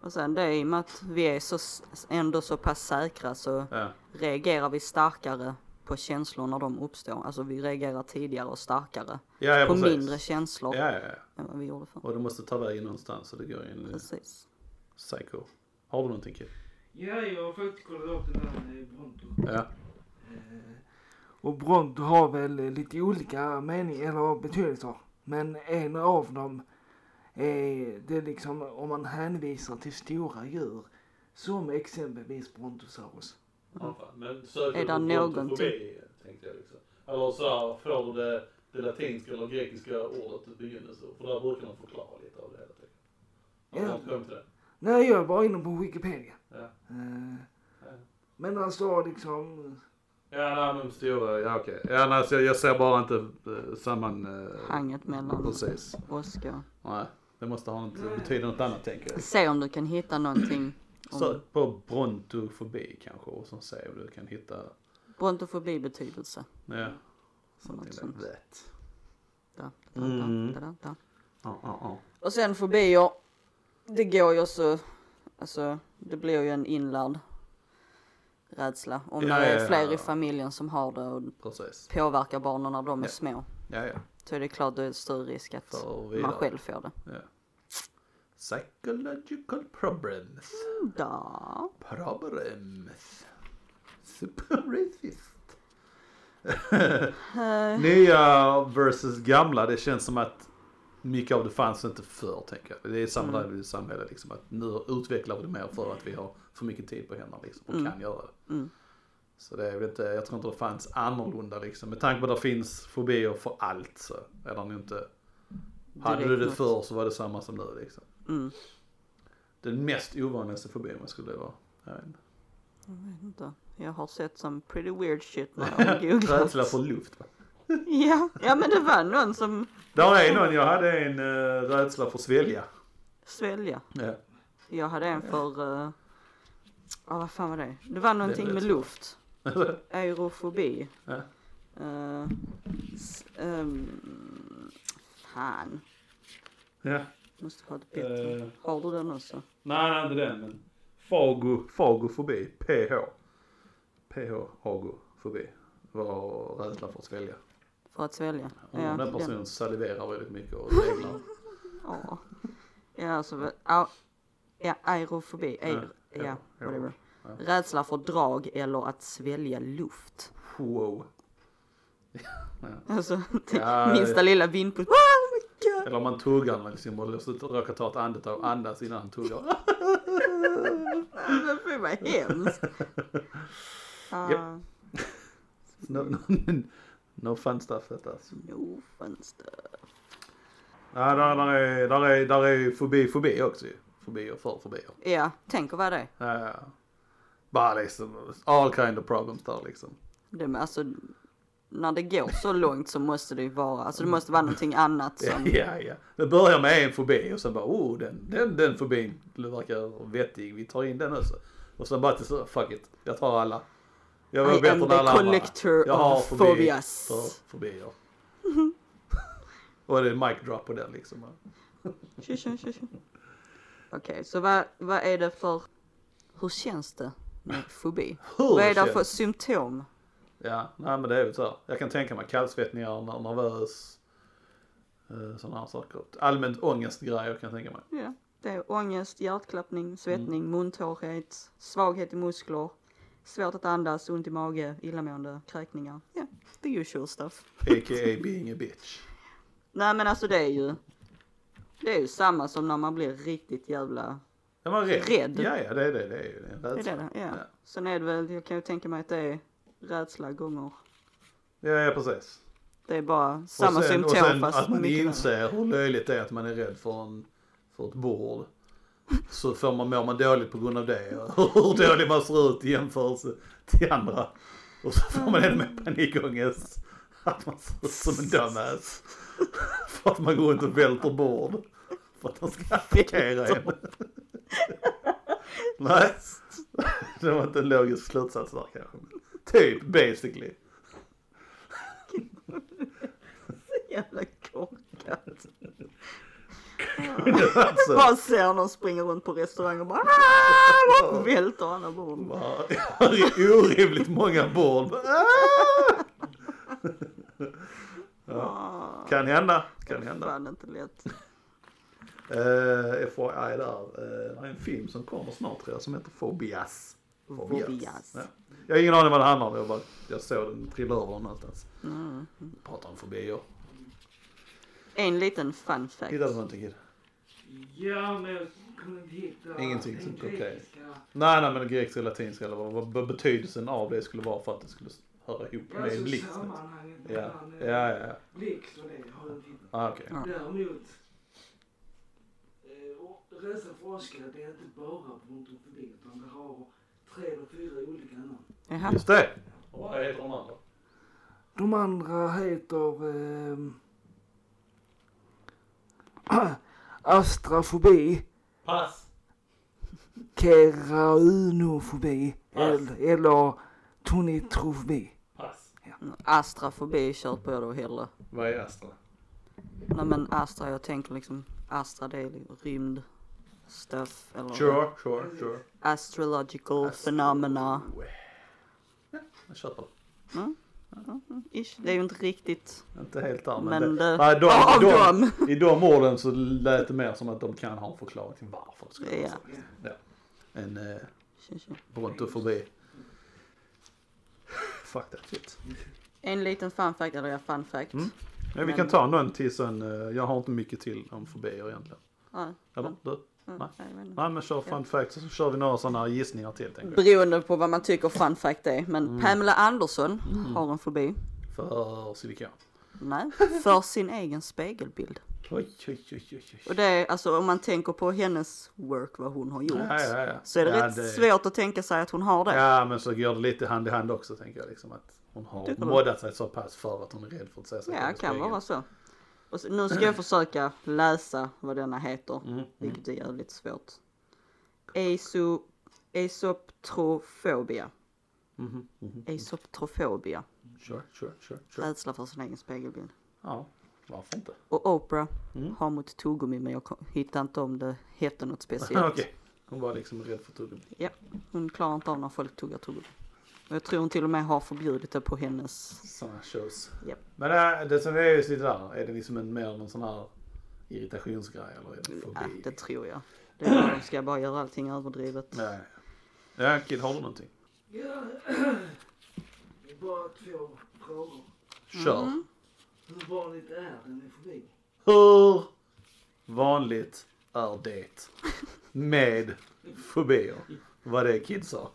Och sen det i och med att vi är så, s- ändå så pass säkra så
Ja.
reagerar vi starkare på känslor när de uppstår. Alltså vi reagerar tidigare och starkare
Ja, ja,
på
precis.
mindre känslor
Ja, ja, ja.
än vad vi gjorde förr.
Och det måste ta vägen någonstans så det går in i
Precis.
psycho. Har du någonting Kid?
Ja, jag har faktiskt kollat upp den där eh, Bronto.
Ja.
Eh, Och Bronto har väl eh, lite olika mening eller betydelser. Men en av dem är det är liksom om man hänvisar till stora djur. Som exempelvis Brontosaurus.
Men söker
Är det
du på
någonting?
ortofobi, Tänkte jag liksom. Eller så här, får du det, det latinska eller grekiska ordet i begynnelsen? För där brukar man förklara lite av det hela tiden. Har du
Ja.
inte kommit till det?
Nej, jag är bara inne på Wikipedia.
Ja.
Eh, Men han står liksom...
Ja, nej, men stora, ja okej. Ja, nej, så jag, jag ser bara inte eh, samman... eh,
Hanget mellan
Precis.
åskor.
Nej, det måste ha något, det betyder något annat tänker jag.
Se om du kan hitta någonting om
Sök på brontofobi kanske och så se om du kan hitta...
brontofobi-betydelse.
Ja.
Något sånt.
Rätt.
Da, da,
Mm.
da, da, da.
Ja, ja, ja.
Och sen fobier, det går ju så, alltså det blir ju en inlärd rädsla. Om
Ja,
det
ja, ja,
är fler
ja.
i familjen som har det och
Precis.
påverkar barnen när de är
Ja.
små.
Ja, ja.
Så är det klart det är större risk att
För
man
vidare.
själv får det.
Ja. Psychological problems.
Da.
Problems. Super racist. Nya versus gamla, det känns som att mycket av det fanns inte förr tänker jag. Det är samma
Mm.
där i samhället liksom att nu utvecklar vi det mer för att vi har för mycket tid på händerna liksom och kan göra det.
Mm.
Så det är väl inte, jag tror inte det fanns annorlunda liksom. Med tanke på att det finns fobier för allt så är det nog inte. Hade du
Direkt
det
något.
förr så var det samma som nu liksom.
Mm.
Den mest ovanligaste fobin man skulle vara. Jag vet inte.
Jag vet inte. Jag har sett som pretty weird shit när jag har googlat.
Rädsla för luft va?
ja, ja men det var någon som
Där är någon, jag hade en eh, rädsla för svälja.
svälja.
Ja.
Jag hade en för, eh, ja vad fan var det? Det var någonting med
vet
luft. Aerofobi.
Ja.
Eh, s- ehm, fan,
ja.
måste ha ett bättre. Har du den också?
Eh, Nej, nej, inte den. Men fago, fagofobi. PH. PH, hagofobi. Var rädsla för att svälja.
För att svälja?
Om den personen saliverar väldigt mycket och reglar.
Ja. Ja, alltså, va- au- ja, aerofobi. Aer,
Ja,
ja,
ja,
whatever.
ja.
Rädsla för drag eller att svälja luft.
wow.
Alltså,
Ja,
minsta lilla vindpust. Oh my god!
Eller om man tuggar med liksom och så råkar ta ett andetag och andas innan han tuggar.
Fy vad hemskt. Ah,
No, no, no fun stuff that alltså.
no fönster.
Nej, där, där, är, där, är, där är fobi, fobi också ju. Fobier för fobier.
Ja, tänk att vara det.
Ja, ja. Bara liksom all kind of problems där liksom.
det med, alltså, när det går så långt så måste det ju vara, alltså det måste vara någonting annat
Mm. Ja,
som,
ja, ja. Det börjar med en fobi och sen bara oh den, den, den fobin verkar vettig, vi tar in den också. Och sen bara till så, fuck it, jag tar alla. Jag
I
var
am
bättre än
the
alla andra.
collector
Jag har
of
fobi
phobias.
för fobier. och det är mic drop på den liksom.
Tjo, tjo, tjo, tjo. Okej, så vad, vad är det för, hur känns det med fobi?
Hur
vad är det
känns-
för symptom?
Ja, nej men det är väl så här. Jag kan tänka mig kallsvettningar, ner- nervös, sådana här saker. Allmänt ångestgrejer kan jag tänka mig.
Ja, det är ångest,
Mm.
hjärtklappning, svettning, muntorrhet, svaghet i muskler, svårt att andas, ont i mage, illamående, kräkningar. Ja, the usual stuff.
A.k.a. being a bitch.
Nej men alltså det är ju, det är ju samma som när man blir riktigt jävla
Jag var rädd.
Rädd.
Ja, ja, det är det. Det är ju det. är en
Det är
rädsla.
det, ja.
Alltså, Ja.
Sen är det väl, jag kan ju tänka mig att det är rädsla gånger.
Ja, ja precis.
Det är bara samma
och sen,
symptom
och sen
fast
att man
mycket värre.
inser hur löjligt det är att man är rädd för, en, för ett bord. Så får man, mår man dåligt på grund av det. Och hur dålig man ser ut i jämförelse till andra. Och så får man ännu mer panikångest. Att man ser ut som en dumbass. För att man går runt och välter bord. För att de ska attackera en. Nej, det var inte en logisk slutsats där kanske. Typ basically.
Jävla korkat.
Alltså.
Bara ser någon springa runt på restaurang och bara "Ah!" och välter alla bord.
Bara, Jag har ju orimligt många bord. Ah!
Ah,
Kan hända, kan
det är
hända.
Fan inte lätt.
Uh, FYI där, eh, det är en film som kommer snart tror jag som heter Phobias.
Phobias.
Ja. Jag har ingen aning vad det handlar om, jag, bara, jag såg den trilla över den någonstans.
Mm.
Pratar om fobier.
En liten fun fact.
Hittar du någonting Kid?
Ja, men jag kunde inte hitta...
Ingenting
den
som kom till.
grekiska.
Nej, nej men grekiska och latinska eller vad, vad betydelsen av det skulle vara för att det skulle höra ihop med
Alltså
blixten.
sammanhanget
Ja,
mellan
ja,
ja.
ja. ja.
blixt och det har jag inte hittat.
Ah, okej.
Ja.
Däremot eh, och dessa forskare, det är inte bara Pontum Pilet utan det har tre eller fyra olika namn.
Jaha.
Just det. Och vad heter de andra?
De andra heter ehm, astrafobi,
Pass.
keraunofobi
Pass.
eller, eller tonitrofobi.
Pass.
Astrafobi köper jag då hellre.
Vad är Astra?
Nej men Astra, jag tänker liksom Astra det är liksom rymd stuff eller
Sure, sure, sure.
astrological phenomena.
Ja, jag köper det.
Mm, Ish. Det är ju inte riktigt
Inte helt där, men,
men,
det,
det,
nej, de,
av
de,
dem.
I de orden så lät det mer som att de kan ha en förklaring till varför. skulle jag
Ja.
säga. ja. En eh,
Tja, tja.
brontofobi. Fuck that shit.
En liten fun fact, eller ja fun fact.
Mm. Men vi
Men-
kan ta någon till sen. eh, Jag har inte mycket till om fobier egentligen.
Ja,
Eller
Mm.
du?
ja,
Nej.
jag vet inte.
Nej men kör fun facts och så kör vi några sådana gissningar till tänker jag.
Beroende på vad man tycker fun fact är. Men
Mm.
Pamela Anderson har en fobi.
För silikon.
Nej, för sin egen spegelbild.
Oj, oj, oj, oj,
Och
oj.
det är alltså om man tänker på hennes work, vad hon har gjort.
Ja, ja, ja.
Så är det
ja,
rätt svårt att tänka sig att hon har det.
Ja men så går det lite hand i hand också tänker jag liksom att hon har
Tycker du?
moddat sig så pass för att hon är rädd för att se sig
Ja,
själv i
kan
spegeln.
vara så. Och så, nu ska jag försöka läsa vad denna heter,
Mm,
vilket är jävligt svårt. Aso, esoptrofobia.
Mhm, mhm.
Esoptrofobia.
Sure, sure, sure, sure.
Rädsla för sin egen spegelbild.
Ja, varför inte?
Och Oprah
Mm.
har mot tuggummi men jag kom- hittar inte om det hette något
Okej,
speciellt.
hon var liksom rädd för tuggummi.
Hon klarar inte av när folk tuggar tuggummi. Och jag tror hon till och med har förbjudit det på hennes...
Sådana shows.
Japp.
Men det, här- det som är ju lite där, är det liksom en, mer någon sån här irritationsgrej eller är det
Ja,
fobi?
Mm, äh, det tror jag. Det är bara, de ska bara göra allting överdrivet.
Nej. Ja, Kid, har du någonting?
Ja, det är bara två frågor.
Kör.
Mm.
Hur vanligt är den i fobi?
Hur vanligt är det med fobier? Vad det Kid sa.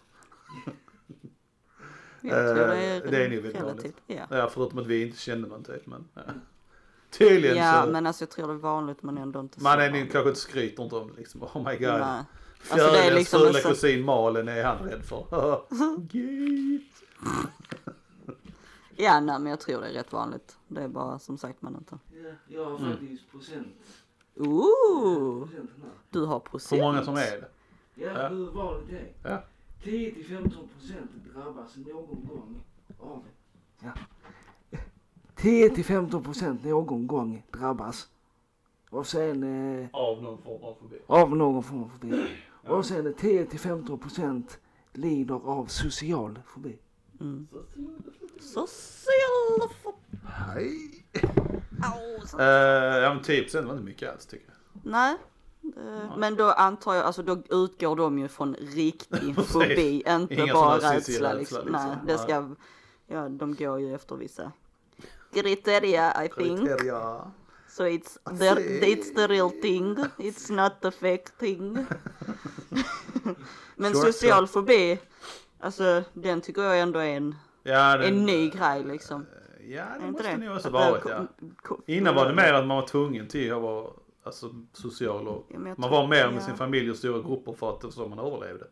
Jag tror det
Eh,
är,
det är nog väldigt
relativt. Ja.
Ja, förutom att vi inte kände någon typ, men ja. Tydligen
Ja
så.
men alltså jag tror det är vanligt men ändå inte
Man
så
är nog
vanligt.
kanske inte skryter inte om det liksom. Oh my god.
Nej. Alltså, det är
Fjärilens
liksom
fula
en sån-
kusin Malen är han rädd för. Gay.
Ja nej men jag tror det är rätt vanligt. Det är bara som sagt man inte.
Ja, Mm. jag har faktiskt procent.
Ooh,
procenten här.
du har procent.
Så många som är det. Ja.
Ja, hur vanligt det är.
Ja.
10-15 procent drabbas någon gång av... Ja. 10-15 procent någon gång drabbas. Och sen eh,
Av någon form av fobi.
av någon form av fobi. Och sen 10-15 procent lider av social fobi.
Mm. Social fo-
Hej.
Au, så-
ja men typ sen var det inte mycket alls tycker jag.
Nej. eh, Men då antar jag, alltså då utgår de ju från riktig
Precis.
fobi, inte
Inga
bara
sådana
rädsla
sissi-rädsla,
liksom.
liksom.
Nej, det ska, ja de går ju efter vissa kriterier I think.
Kriteria.
So it's
I
the,
see.
it's the real thing, it's not the fake thing. Men
Sure,
social fobi, alltså den tycker jag ändå är en,
Ja, det,
en ny grej liksom.
Ja
Är
det
inte
måste
det?
nog också
Att
varit
det
ja.
kom- kom-
Innan var det mer att man var tvungen till att vara alltså, social och
Ja, men jag
man
tror-
var mer
ja.
med sin familj och stora grupper för att det var så man överlevde.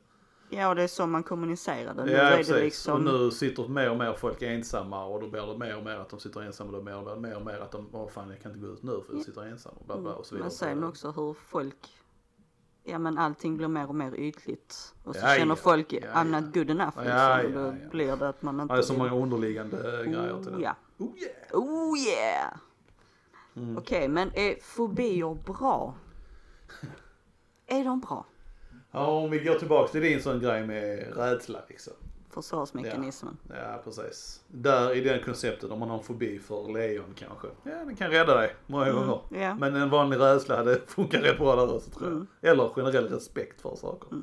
Ja, och det är så man kommunicerade. Nu
ja
är
precis.
det liksom...
Och nu sitter mer och mer folk ensamma och då blir det mer och mer att de sitter ensamma och då blir det mer och mer att de, åh fan jag kan inte gå ut nu
Mm.
för jag sitter ensam och bla bla och så vidare.
Men sen också hur folk, ja men allting blir mer och mer ytligt. Och så
Ja,
känner
ja.
folk,
Ja,
I'm
ja.
not good enough liksom.
Ja,
och
ja,
då
ja.
blir det att man inte
Ja, det är så
vill-
många underliggande eh, grejer till
oh,
det.
ja.
Oh yeah!
Oh yeah!
Mm.
Okej, men är fobier bra? är de bra?
Ja, om vi går tillbaka till din sån grej med rädsla liksom.
Försvarsmekanismen.
Ja, precis. Där i det konceptet, om man har en fobi för lejon kanske. Ja, den kan rädda dig många gånger.
Mm, ja. Mm.
Men en vanlig rädsla hade funkat rätt bra där också tror jag. Eller generell respekt för saker.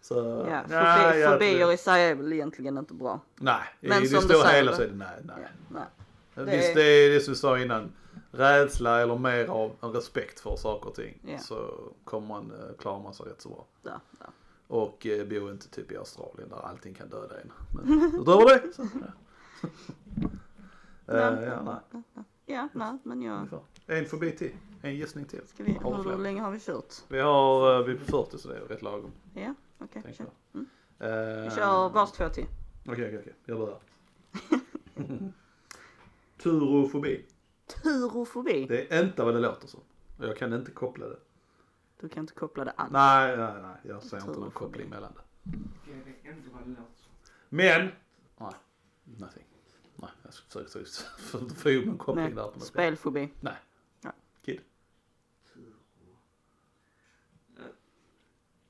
Så,
Ja,
ja,
fobi,
ja, det-
fobier i sig är väl egentligen inte bra.
Nej,
Men
i det
som du
stora
säger,
hela
va?
så är det nej. nej.
Ja, nej.
Visst, det är det som vi sa innan. Rädsla eller mer av en respekt för saker och ting.
Ja.
Så kommer man, eh, klarar man sig rätt så bra.
Där, där.
Och eh, bor inte typ i Australien där allting kan döda en. Men utöver det så. Eh,
Men-
ja, nej.
Ja, Ja, nej, men jag...
ungefär. En förbi till. En gissning till.
Ska vi,
Har vi
hur
fler?
länge har vi kört?
Vi har, eh, vi är på 40 så det är rätt lagom.
Ja, okej.
Tänker
kör.
jag.
Mm.
Eh,
Vi kör vars två till.
Okej, okej, okej. Jag börjar. Turofobi.
Turofobi.
Det är inte vad det låter som. Och Jag kan inte koppla det.
Du kan inte koppla det alls.
Nej, nej, nej. Jag ser inte någon
Turofobi.
koppling mellan det.
Det är inte vad det låter som.
Men! Nej, nothing. Nej, jag försökte försökte få ihop en koppling där. på något sätt.
Spelfobi.
Nej.
Nej.
Kid.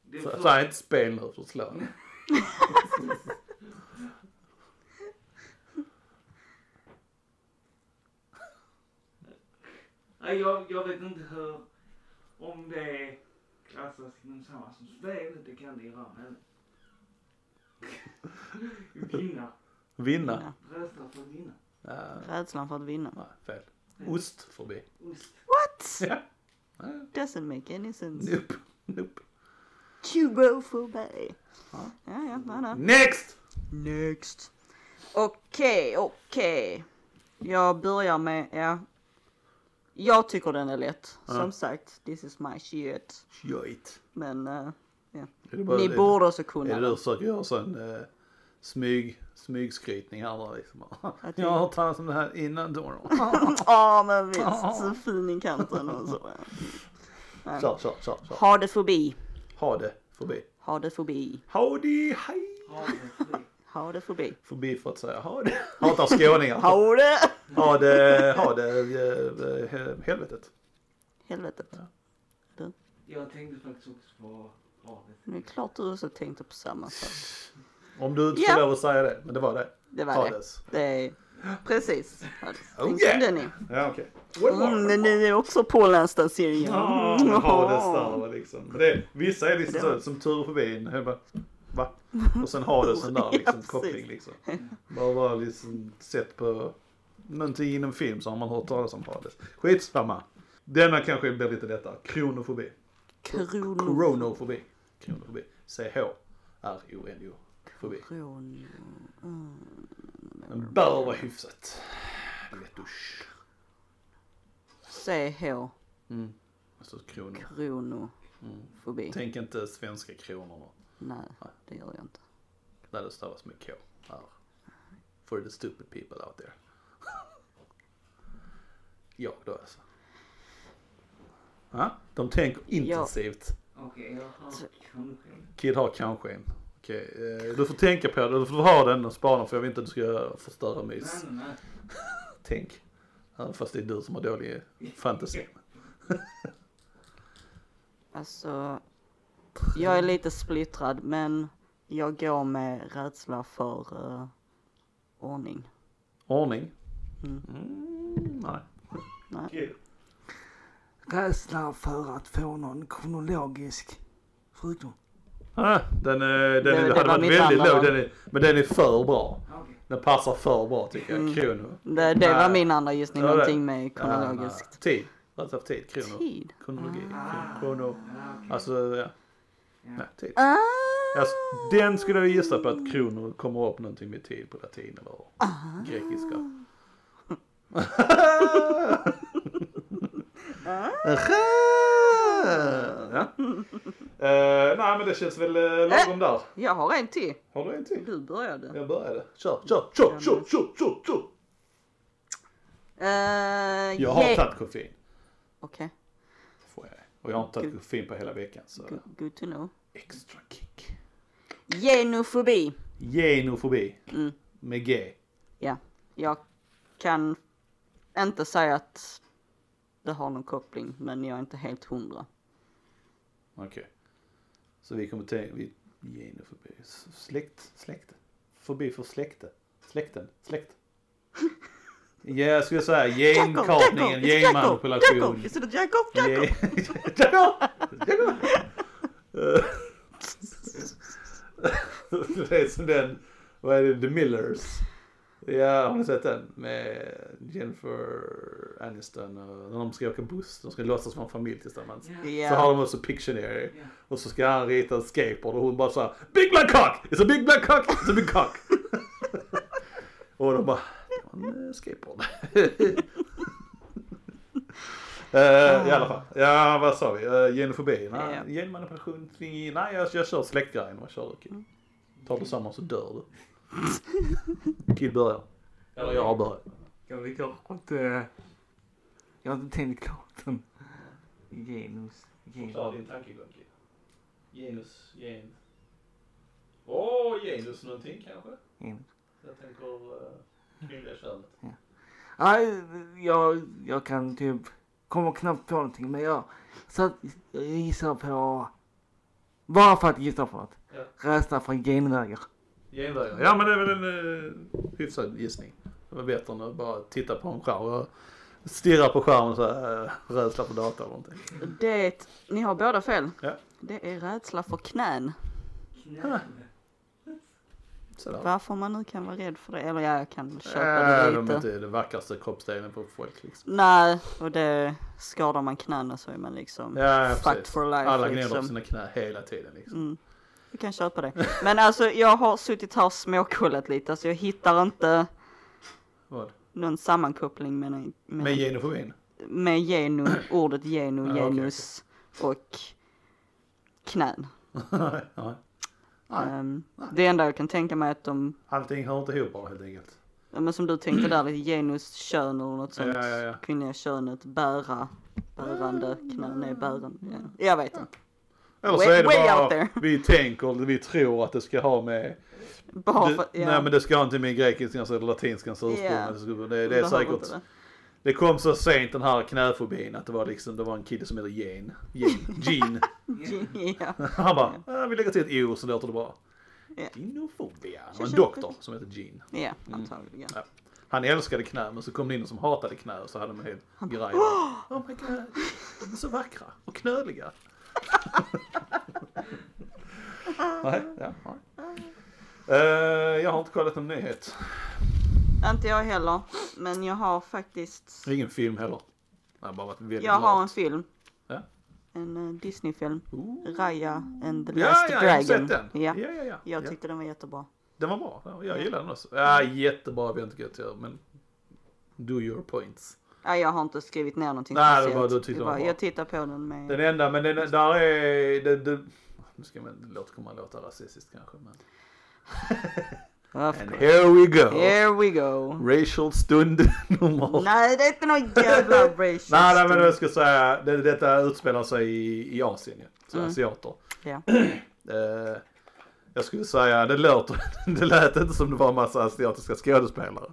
Det
Så- Säg inte spel nu för att slå.
Nej, jag, jag vet inte hur, om det klassas inom samma som spel, det kan det göra men... Vinna.
Vinna.
Rösta för att vinna.
Nej,
Rädslan för att vinna.
nej, fel. Ostfobi.
Ost.
What?
Ja. Nej,
Doesn't make any sense.
Nope. Nope.
Turofobi.
Ja.
Ja, ja, nej, nej.
Next!
Next. Okej, okej. Jag börjar med, ja. Jag tycker den är lätt.
Ja.
Som sagt, this is my shit.
Shit.
Men eh,
Är det bara-
ni
är det-
borde också kunna
Är det du
den.
som försöker göra sån eh, smyg, smygskrytning här bara liksom?
Att
Jag har talat om det här innan då.
Ja, men visst. Så fin i kanten och så. Ja.
Kör, kör, kör, kör.
Ha det fobi.
Ha det förbi.
Ha det fobi.
Ha det, hej!
Ja, det är det.
Ha det fobi.
Förbi för att säga ha det. Hatar skåningar.
Ha det!
Ha det, ha det, eh, eh, helvetet.
Helvetet.
Jag tänkte faktiskt också på havet.
Det är klart du också tänkte på samma sak.
Om du inte
Ja.
får lov att säga det, men det var det.
Det var det.
Hades.
det är... Precis.
Oh,
Tänkte
yeah.
det ni.
Ja, okej.
Mm, men ni är också pålästa ser jag.
Ja,
Mm.
Hades där var liksom. Men Det, vissa är liksom så, som tur förbi en. Jag bara, va? Och sen Hades en där
Ja,
liksom,
precis.
koppling liksom. Bara vara liksom sett på någonting inom film så har man hört talas om Hades. Skitsamma. Denna kanske blir lite lättare. Kronofobi.
Kronor.
Kronofobi. Kronofobi. C-H-R-O-N-O. Fobi.
Kron.
Den bör vara hyfsat. Lättusch.
CH.
Mm. Alltså kronor.
Kronofobi.
Tänk inte svenska kronorna.
Nej, det gör jag inte.
När det stavas med K. R. For the stupid people out there. ja, då alltså. Ja, de tänker intensivt.
Okej, jag har kanske...
Kid har kanske en. Okej, eh, du får tänka på det. Du får ha den och spana för jag vill inte att du ska förstöra
Nej,
mys.
nej, nej.
Tänk. Även fast det är du som har dålig fantasi.
Alltså, jag är lite splittrad men jag går med rädsla för eh, ordning.
Ordning?
Mm.
Mm, nej.
Nej.
Okej.
Rädsla för att få någon kronologisk sjukdom.
Ah, den är, den
Det-
är,
det
hade
var
varit
mitt
väldigt
andra
låg.
val.
Den är, men den är för bra.
Okej.
Den passar för bra tycker
Mm.
jag. Krono.
Det, det var
Nej.
min andra gissning,
Ja, det-
någonting med
Ja, nej.
kronologiskt.
Tid. Alltså tid. Krono.
Tid.
Kronologi.
Ah.
Krono.
Ja, okej.
Alltså, ja. Nej, tid.
Ah,
Alltså, den skulle jag gissa på att krono kommer upp någonting med tid på latin eller grekiska. ja. Eh, nej men det känns väl eh, lagom där.
jag har en till.
Har du en till?
Du började.
Jag började. Kör, kör, kör, kör, kör, kör, kör.
Eh,
Jag har
ge-
tagit koffein.
Okej,
Får jag. Och jag har inte tagit koffein på hela veckan så
go- good to know.
extra kick.
Genofobi.
Genofobi.
Mm.
Med G.
Ja, jag kan inte säga att det har någon koppling men jag är inte helt hundra.
Okej. Så vi kommer tänka, vi, genofobi. S- Släkt, släkte. Fobi för släkte. Släkten, släkt. Ja, jag skulle säga genkartningen, genmanipulation.
Jacob! Is it a Jacob? Jacob!
Ge- Jacob! Jacob! Eh, Det är som den, vad är det, The Millers. Ja, har ni sett den? Med Jennifer Aniston och när de ska åka buss, de ska låtsas vara en familj tillsammans.
Ja.
Så har de också Pictionary. Och så ska han rita en skateboard och hon bara såhär Big black cock! It's a big black cock! It's a big cock! och de bara, det var en eh, skateboard. Eh, I alla fall. Ja, vad sa vi? Uh, genofobi? Nej.
Ja.
Genmanipulation? kling- Nej, jag, jag kör släktgrejen. Vad kör du? Kid? Tar du samman så dör du. Kid börjar. Eller jag börjar.
Jag vet jag har inte... Jag har inte tänkt klart än. Genus. Genus.
din tankegång, Kid. Genus, gen. Åh, oh, genus någonting kanske?
Genus.
Jag tänker uh, kvinnliga könet.
Nej, jag, jag kan typ... Kommer knappt på någonting men jag... Så att jag gissar på... Bara för att gissa på något.
Ja.
Rösta för genvägar.
Genvägar. Ja, men det är väl en eh, hyfsad gissning. Det var bättre än att bara titta på en skärm och stirra på skärmen så här, eh, rädsla för data eller någonting.
Det, ni har båda fel.
Ja.
Det är rädsla för knän.
Sådär.
Varför man nu kan vara rädd för det. Eller ja, jag kan köpa
Äh,
det
de
lite.
är inte den vackraste kroppsdelen på folk liksom.
Nej, och det skadar man knäna så är man liksom
Ja, ja,
fucked
precis.
for life.
Alla gnäller på
liksom.
sina knä hela tiden liksom.
Mm. Jag kan köpa det. Men alltså jag har suttit här och småkollat lite. Alltså jag hittar inte
Vad?
någon sammankoppling med, med,
Med
med,
genofobin?
med genu, ordet genu,
Ja, okej,
genus och knän.
Nej. Nej.
Ehm, det enda jag kan tänka mig är att de,
Allting hör inte ihop bara helt enkelt.
ja, men som du tänkte där, lite genus, kön eller något sånt.
Ja, ja, ja.
Kvinnliga könet, bära, bärande, knän, nej bärande. Ja. Jag vet inte.
Eller så
Way-
är det
way out
bara
there.
vi tänker, vi tror att det ska ha med
Bara
Du-
för, ja.
Nej men det ska inte med grekiskans eller latinskans ursprung.
Ja.
Det, skulle- det, det är
behöver
säkert.
inte det.
Det kom så sent den här knäfobin att det var liksom, det var en kille som hette Jane. Jane. Gene.
Ja.
Han bara, "Ah, vi lägger till ett o så låter det bra.
Ja.
Dinofobia. Det
Tja,
var en
tja.
doktor som hette Gene.
ja, antagligen.
Ja. Han älskade knä men så kom det in någon som hatade knä och så hade de en hel grej. där. Oh my god, de är så vackra och knöliga. nej, ja, nej. Eh, jag har inte kollat någon nyhet.
Inte jag heller, men jag har faktiskt,
Ingen film heller. Jag har bara varit väldigt
jag har
lat.
en film.
Ja.
En eh, Disney-film,
Ooh.
Raya and the
Ja,
Last
ja, jag har
Dragon.
sett den.
Ja.
Ja, ja, ja.
Jag
ja.
tyckte den var jättebra.
Den var bra. Ja, Jag gillar den också. Ja, jättebra vet jag inte till, men do your points.
Ja, jag har inte skrivit ner någonting
Nej, det
speciellt.
var- du tyckte den var
bara-
bra.
Jag tittar på den med...
Den enda, men den, där är... Det, det, nu ska man, det låter, kommer att låta rasistiskt kanske, men...
Of
And
course.
here we go!
Here we go.
Racial stund nummer...
Nej, det är inte någon jävla racial
Nej, nej, men
stund.
jag ska säga, det, detta utspelar sig i, i Asien ju. Så
Mm.
asiater.
Ja.
Eh, jag skulle säga, det låter, det lät inte som det var en massa asiatiska skådespelare.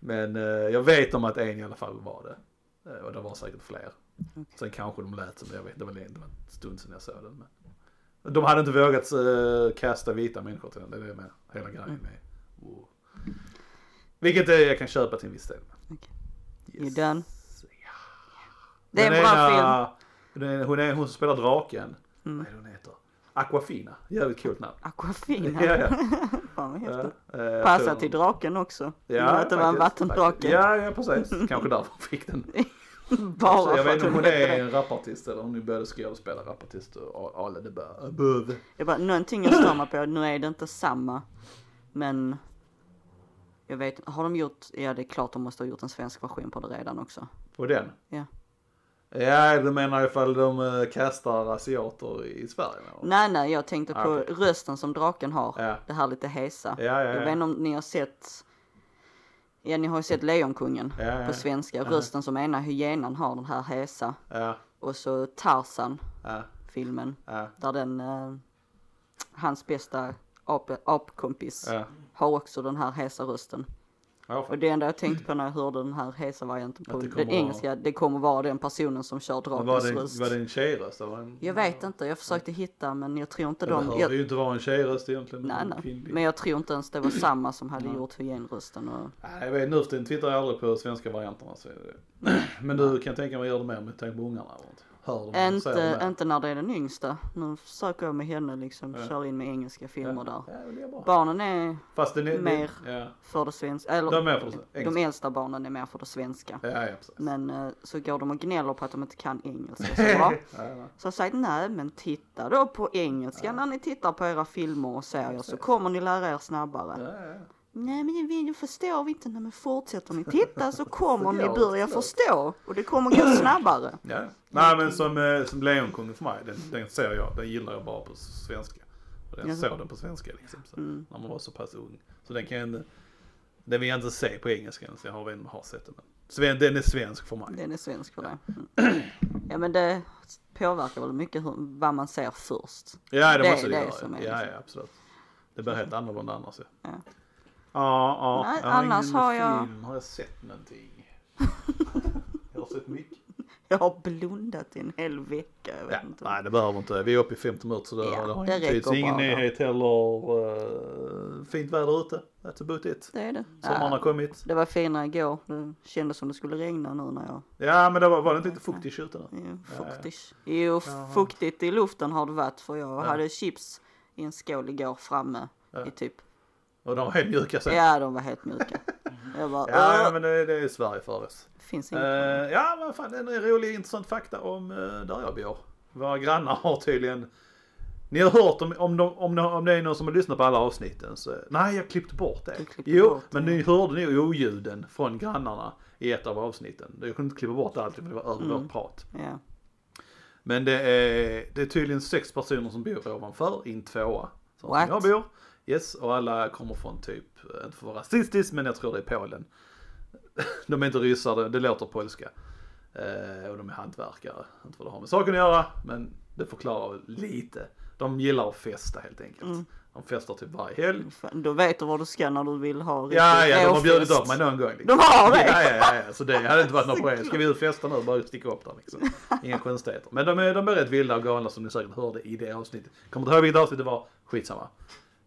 Men eh, jag vet om att en i alla fall var det. Eh, och det var säkert fler. Sen kanske de lät som det, jag vet det var, det var en stund sedan jag såg den. Men. De hade inte vågat eh, kasta vita människor till den, det är det med hela
Mm.
grejen med. Wow. Vilket eh, jag kan köpa till en viss del.
Okej. You done?
Ja.
Det är en
Den
bra film. Mm.
ena- den ena- Hon är hon som spelar draken. Vad är det hon heter? Aquafina. Jävligt coolt namn.
Aquafina.
Ja, ja.
Fan vad häftigt.
Ja, eh, jag tror
Passar
hon-
till draken också.
Ja,
att det var en
faktiskt, faktiskt.
vattendrake.
Ja, ja precis. Kanske därför hon fick den.
Bara
jag
för
vet
att
inte om
hon
hon
hette
är
det.
en rapartist eller om hon började skådespela rapartist och alla det bara above.
Jag bara, någonting jag stör mig på, nu är det inte samma. Men jag vet inte, har de gjort, ja det är klart de måste ha gjort en svensk version på det redan också.
På den?
Ja.
Ja, du menar ifall de eh, kastar asiater i Sverige? Eller?
Nej nej, jag tänkte
Ah,
på
okej.
rösten som draken har.
Ja.
Det här lite hesa.
Ja, ja,
Jag
ja.
vet inte om ni har sett, ja ni har ju sett Lejonkungen
Ja, ja, ja.
på svenska. Rösten som ena hyenan har, den här hesa.
Ja,
Och så Tarzan,
ja,
filmen.
ja,
Där den, eh, hans bästa ap- apkompis
ja.
har också den här hesa rösten.
Ja,
Och
fan.
det enda jag tänkte på när jag hörde den här hesa varianten på
Att det
den
kommer vara-
engelska, det kommer vara den personen som kör
Men
drakens
Var det,
röst.
var det en tjejröst? eller var det en-
Jag vet inte, jag försökte hitta men jag tror inte
Det
de...
behöver
Jag,
ju inte vara en tjejröst egentligen. men
nej,
en
nej.
kvinnlig.
Men jag tror inte ens det var samma som hade gjort hygienrösten. Och...
Nej, jag vet, nu för tiden twittrar jag aldrig på svenska varianterna. Så är det. Men du kan tänka mig att göra det mer med tanke på ungarna? eller något? Hör de säger de
Inte,
mer?
inte när det är den yngsta. Nu försöker jag med henne liksom köra in med engelska filmer där.
Ja, det är bra.
Barnen är
Fast den är...
mer.
Ja,
för det svenska, eller
De är för det-
de
engelska.
äldsta barnen är mer för det svenska.
ja, ja precis.
Men eh, så går de och gnäller på att de inte kan engelska så bra.
Ja, ja.
Så jag säger nej men titta då på engelska när ni tittar på era filmer och serier så kommer ni lära er snabbare.
Ja, ja.
Nej men video förstår vi inte, nej men fortsätter ni titta så kommer ni
Förlåt,
börja
förlåt.
förstå och det kommer gå snabbare.
Ja. Nej men som, eh, som Lejonkungen för mig, den, den ser jag, den gillar jag bara på svenska. Och den
Jaså?
såg den på svenska liksom, så,
Mm.
när man var så pass ung. Så den kan jag inte, den vill jag inte se på engelska, så jag har vänner som har sett den. Men Sven, den är svensk för mig.
Den är svensk för dig. Mm. Ja men det påverkar väl mycket hur, vad man ser först.
Ja det,
Det-
måste det,
det är
göra.
som är
ja,
liksom.
ja absolut. Det blir helt annorlunda annars ju.
Ja.
Ja, ja.
Nej,
jag har
annars
ingen
har jag-
Film. Har jag sett någonting? jag har sett mycket.
Jag har blundat i en hel vecka. Jag vet
Ja,
inte.
nej det behöver vi inte. Vi är uppe i 50 minuter så det,
Ja,
det har
det
ingen tid.
räcker
Så ingen
bra.
nyhet heller. eh, fint väder ute. That's about it.
Det är det.
Sommaren har
Ja,
kommit.
det var finare igår. Det kändes som det skulle regna nu när jag
Ja men det var, var det inte lite fuktigt ute nu?
Jo, fuktigt. Jo, fuktigt i luften har det varit för jag hade chips i en skål igår framme i typ.
Och de var helt mjuka sen. Ja,
Ja, de var helt mjuka. Jag bara,
Typ. ja
"Åh,
men det, det är Sverige för oss.
finns
Eh,
inget.
ja men fan en rolig intressant fakta om eh, där jag bor. Våra grannar har tydligen ni har hört om, om, de, om, de, om det är någon som har lyssnat på alla avsnitten så, nej jag klippte bort det.
Du klippte
Jo,
bort
men ni hörde nog oljuden från grannarna i ett av avsnitten. Jag kunde inte klippa bort allt för det var
Mm.
över vårt prat.
Ja.
Men det är, det är tydligen sex personer som bor ovanför i en tvåa. Så
What?
som jag bor. Yes, och alla kommer från typ, inte för att vara rasistisk, men jag tror det är Polen. De är inte ryssar, det, det låter polska. Eh, och de är hantverkare, inte vad det har med saken att göra, men det förklarar lite. De gillar att festa helt enkelt.
Mm.
De festar typ varje helg.
Fan, Då vet du var du ska när du vill ha riktigt
Ja, ja, de har
råfest.
bjudit upp mig någon gång. Liksom.
De har det?
Ja, ja, ja, ja. Så det hade inte varit något problem. Ska vi ut och festa nu, bara sticka upp där liksom. Inga konstigheter. Men de är, de är rätt vilda och galna som ni säkert hörde i det avsnittet. Kommer inte ihåg vilket avsnitt det var, skitsamma.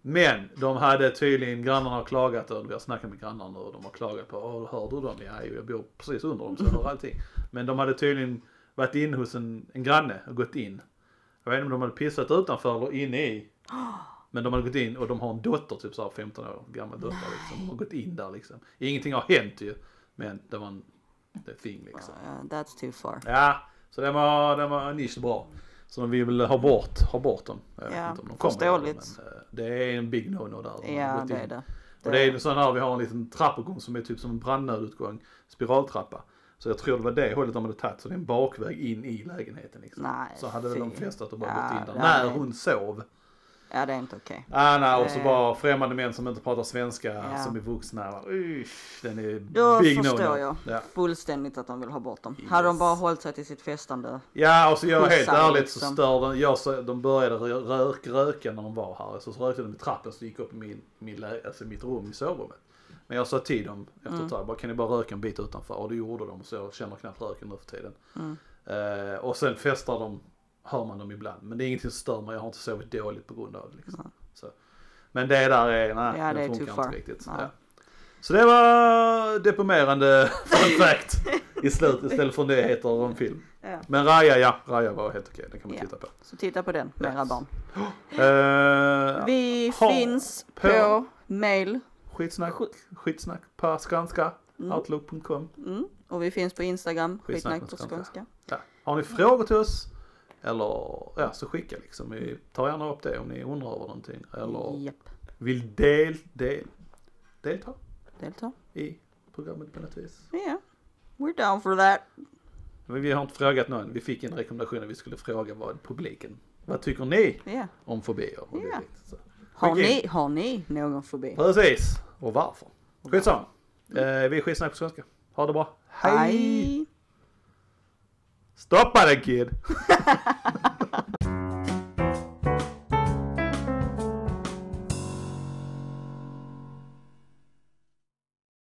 Men de hade tydligen, grannarna har klagat och vi har snackat med grannarna nu och de har klagat på, "Åh, hör du dem? Ja, jo, jag bor precis under dem så jag hör allting. Men de hade tydligen varit inne hos en, en granne och gått in. Jag vet inte om de hade pissat utanför eller inne i. Men de hade gått in och de har en dotter, typ så här 15 år gammal dotter liksom. De har gått in där liksom. Ingenting har hänt ju. Men det var en the thing liksom.
Ja, that's too far.
Ja, så den var, den var nisch bra. Så de vill väl ha bort, ha bort dem. Jag vet
Ja,
inte om de kommer
förståeligt.
göra det, men, eh, Det är en big no-no där. De har
Ja,
gått
det
in.
är det.
Och det är
Eh.
en sån här, vi har en liten trappuppgång som är typ som en brandnödutgång, spiraltrappa. Så jag tror det var det hållet de hade tagit, så det är en bakväg in i lägenheten liksom.
Nej,
så hade väl de
fy.
flesta att de bara
Ja,
gått in
det
där, när
hade-
hon sov.
Ja, det är inte okej.
Ah, nej, och så
Eh.
bara främmande män som inte pratar svenska, som är vuxna. Usch, den är
Då
big
förstår
no-no.
jag
Ja.
fullständigt att de vill ha bort dem. Hade de bara hållit sig till sitt festande.
Ja, och så jag helt
Skjutsar
ärligt så
liksom.
stör den, jag, så, de började rö- rök, röka när de var här. Så, så rökte de i trappen så gick upp i min, min, lä- alltså mitt rum i sovrummet. Men jag sa till dem efter
Mm.
ett tag, bara, kan ni bara röka en bit utanför? Och det gjorde de, så jag känner knappt röken nu för tiden.
Mm.
Eh, och sen festar de, hör man dem ibland. Men det är ingenting som stör mig, jag har inte sovit dåligt på grund av det. Liksom. Så. Men det där är, nej,
Ja, det
det
är too
funkar
far.
inte riktigt.
Nej.
Ja. Så det var deprimerande fun fact i slutet istället för nyheter om film.
Ja.
Men Raja, ja. Raja var helt okej. Den kan man
Ja.
titta på.
Så titta på den, mera barn.
Eh,
Vi
har
finns
på-
på, mail
Skitsnack, skitsnack på skånska. Outlook.com.
mm. och vi finns på Instagram,
Skitsnack
skitsnack på
på skånska.
skånska.
Ja. Har ni frågor till oss? Eller ja, så skicka liksom. Vi tar gärna upp det om ni undrar över någonting. Eller
Japp,
vill del, del, delta
delta.
i programmet på något vis.
Yeah, we're down for that.
Men vi har inte frågat någon. Vi fick en rekommendation att vi skulle fråga vad publiken. Vad tycker ni
Yeah.
om fobier? och
Ja.
dylikt? Så.
Har,
Skicka in.
ni, har ni någon fobi?
Precis, och varför. Skitsamma. Eh, vi är skitsnack på svenska. Ha det bra. Hej!
Hej.
Stoppa det kid!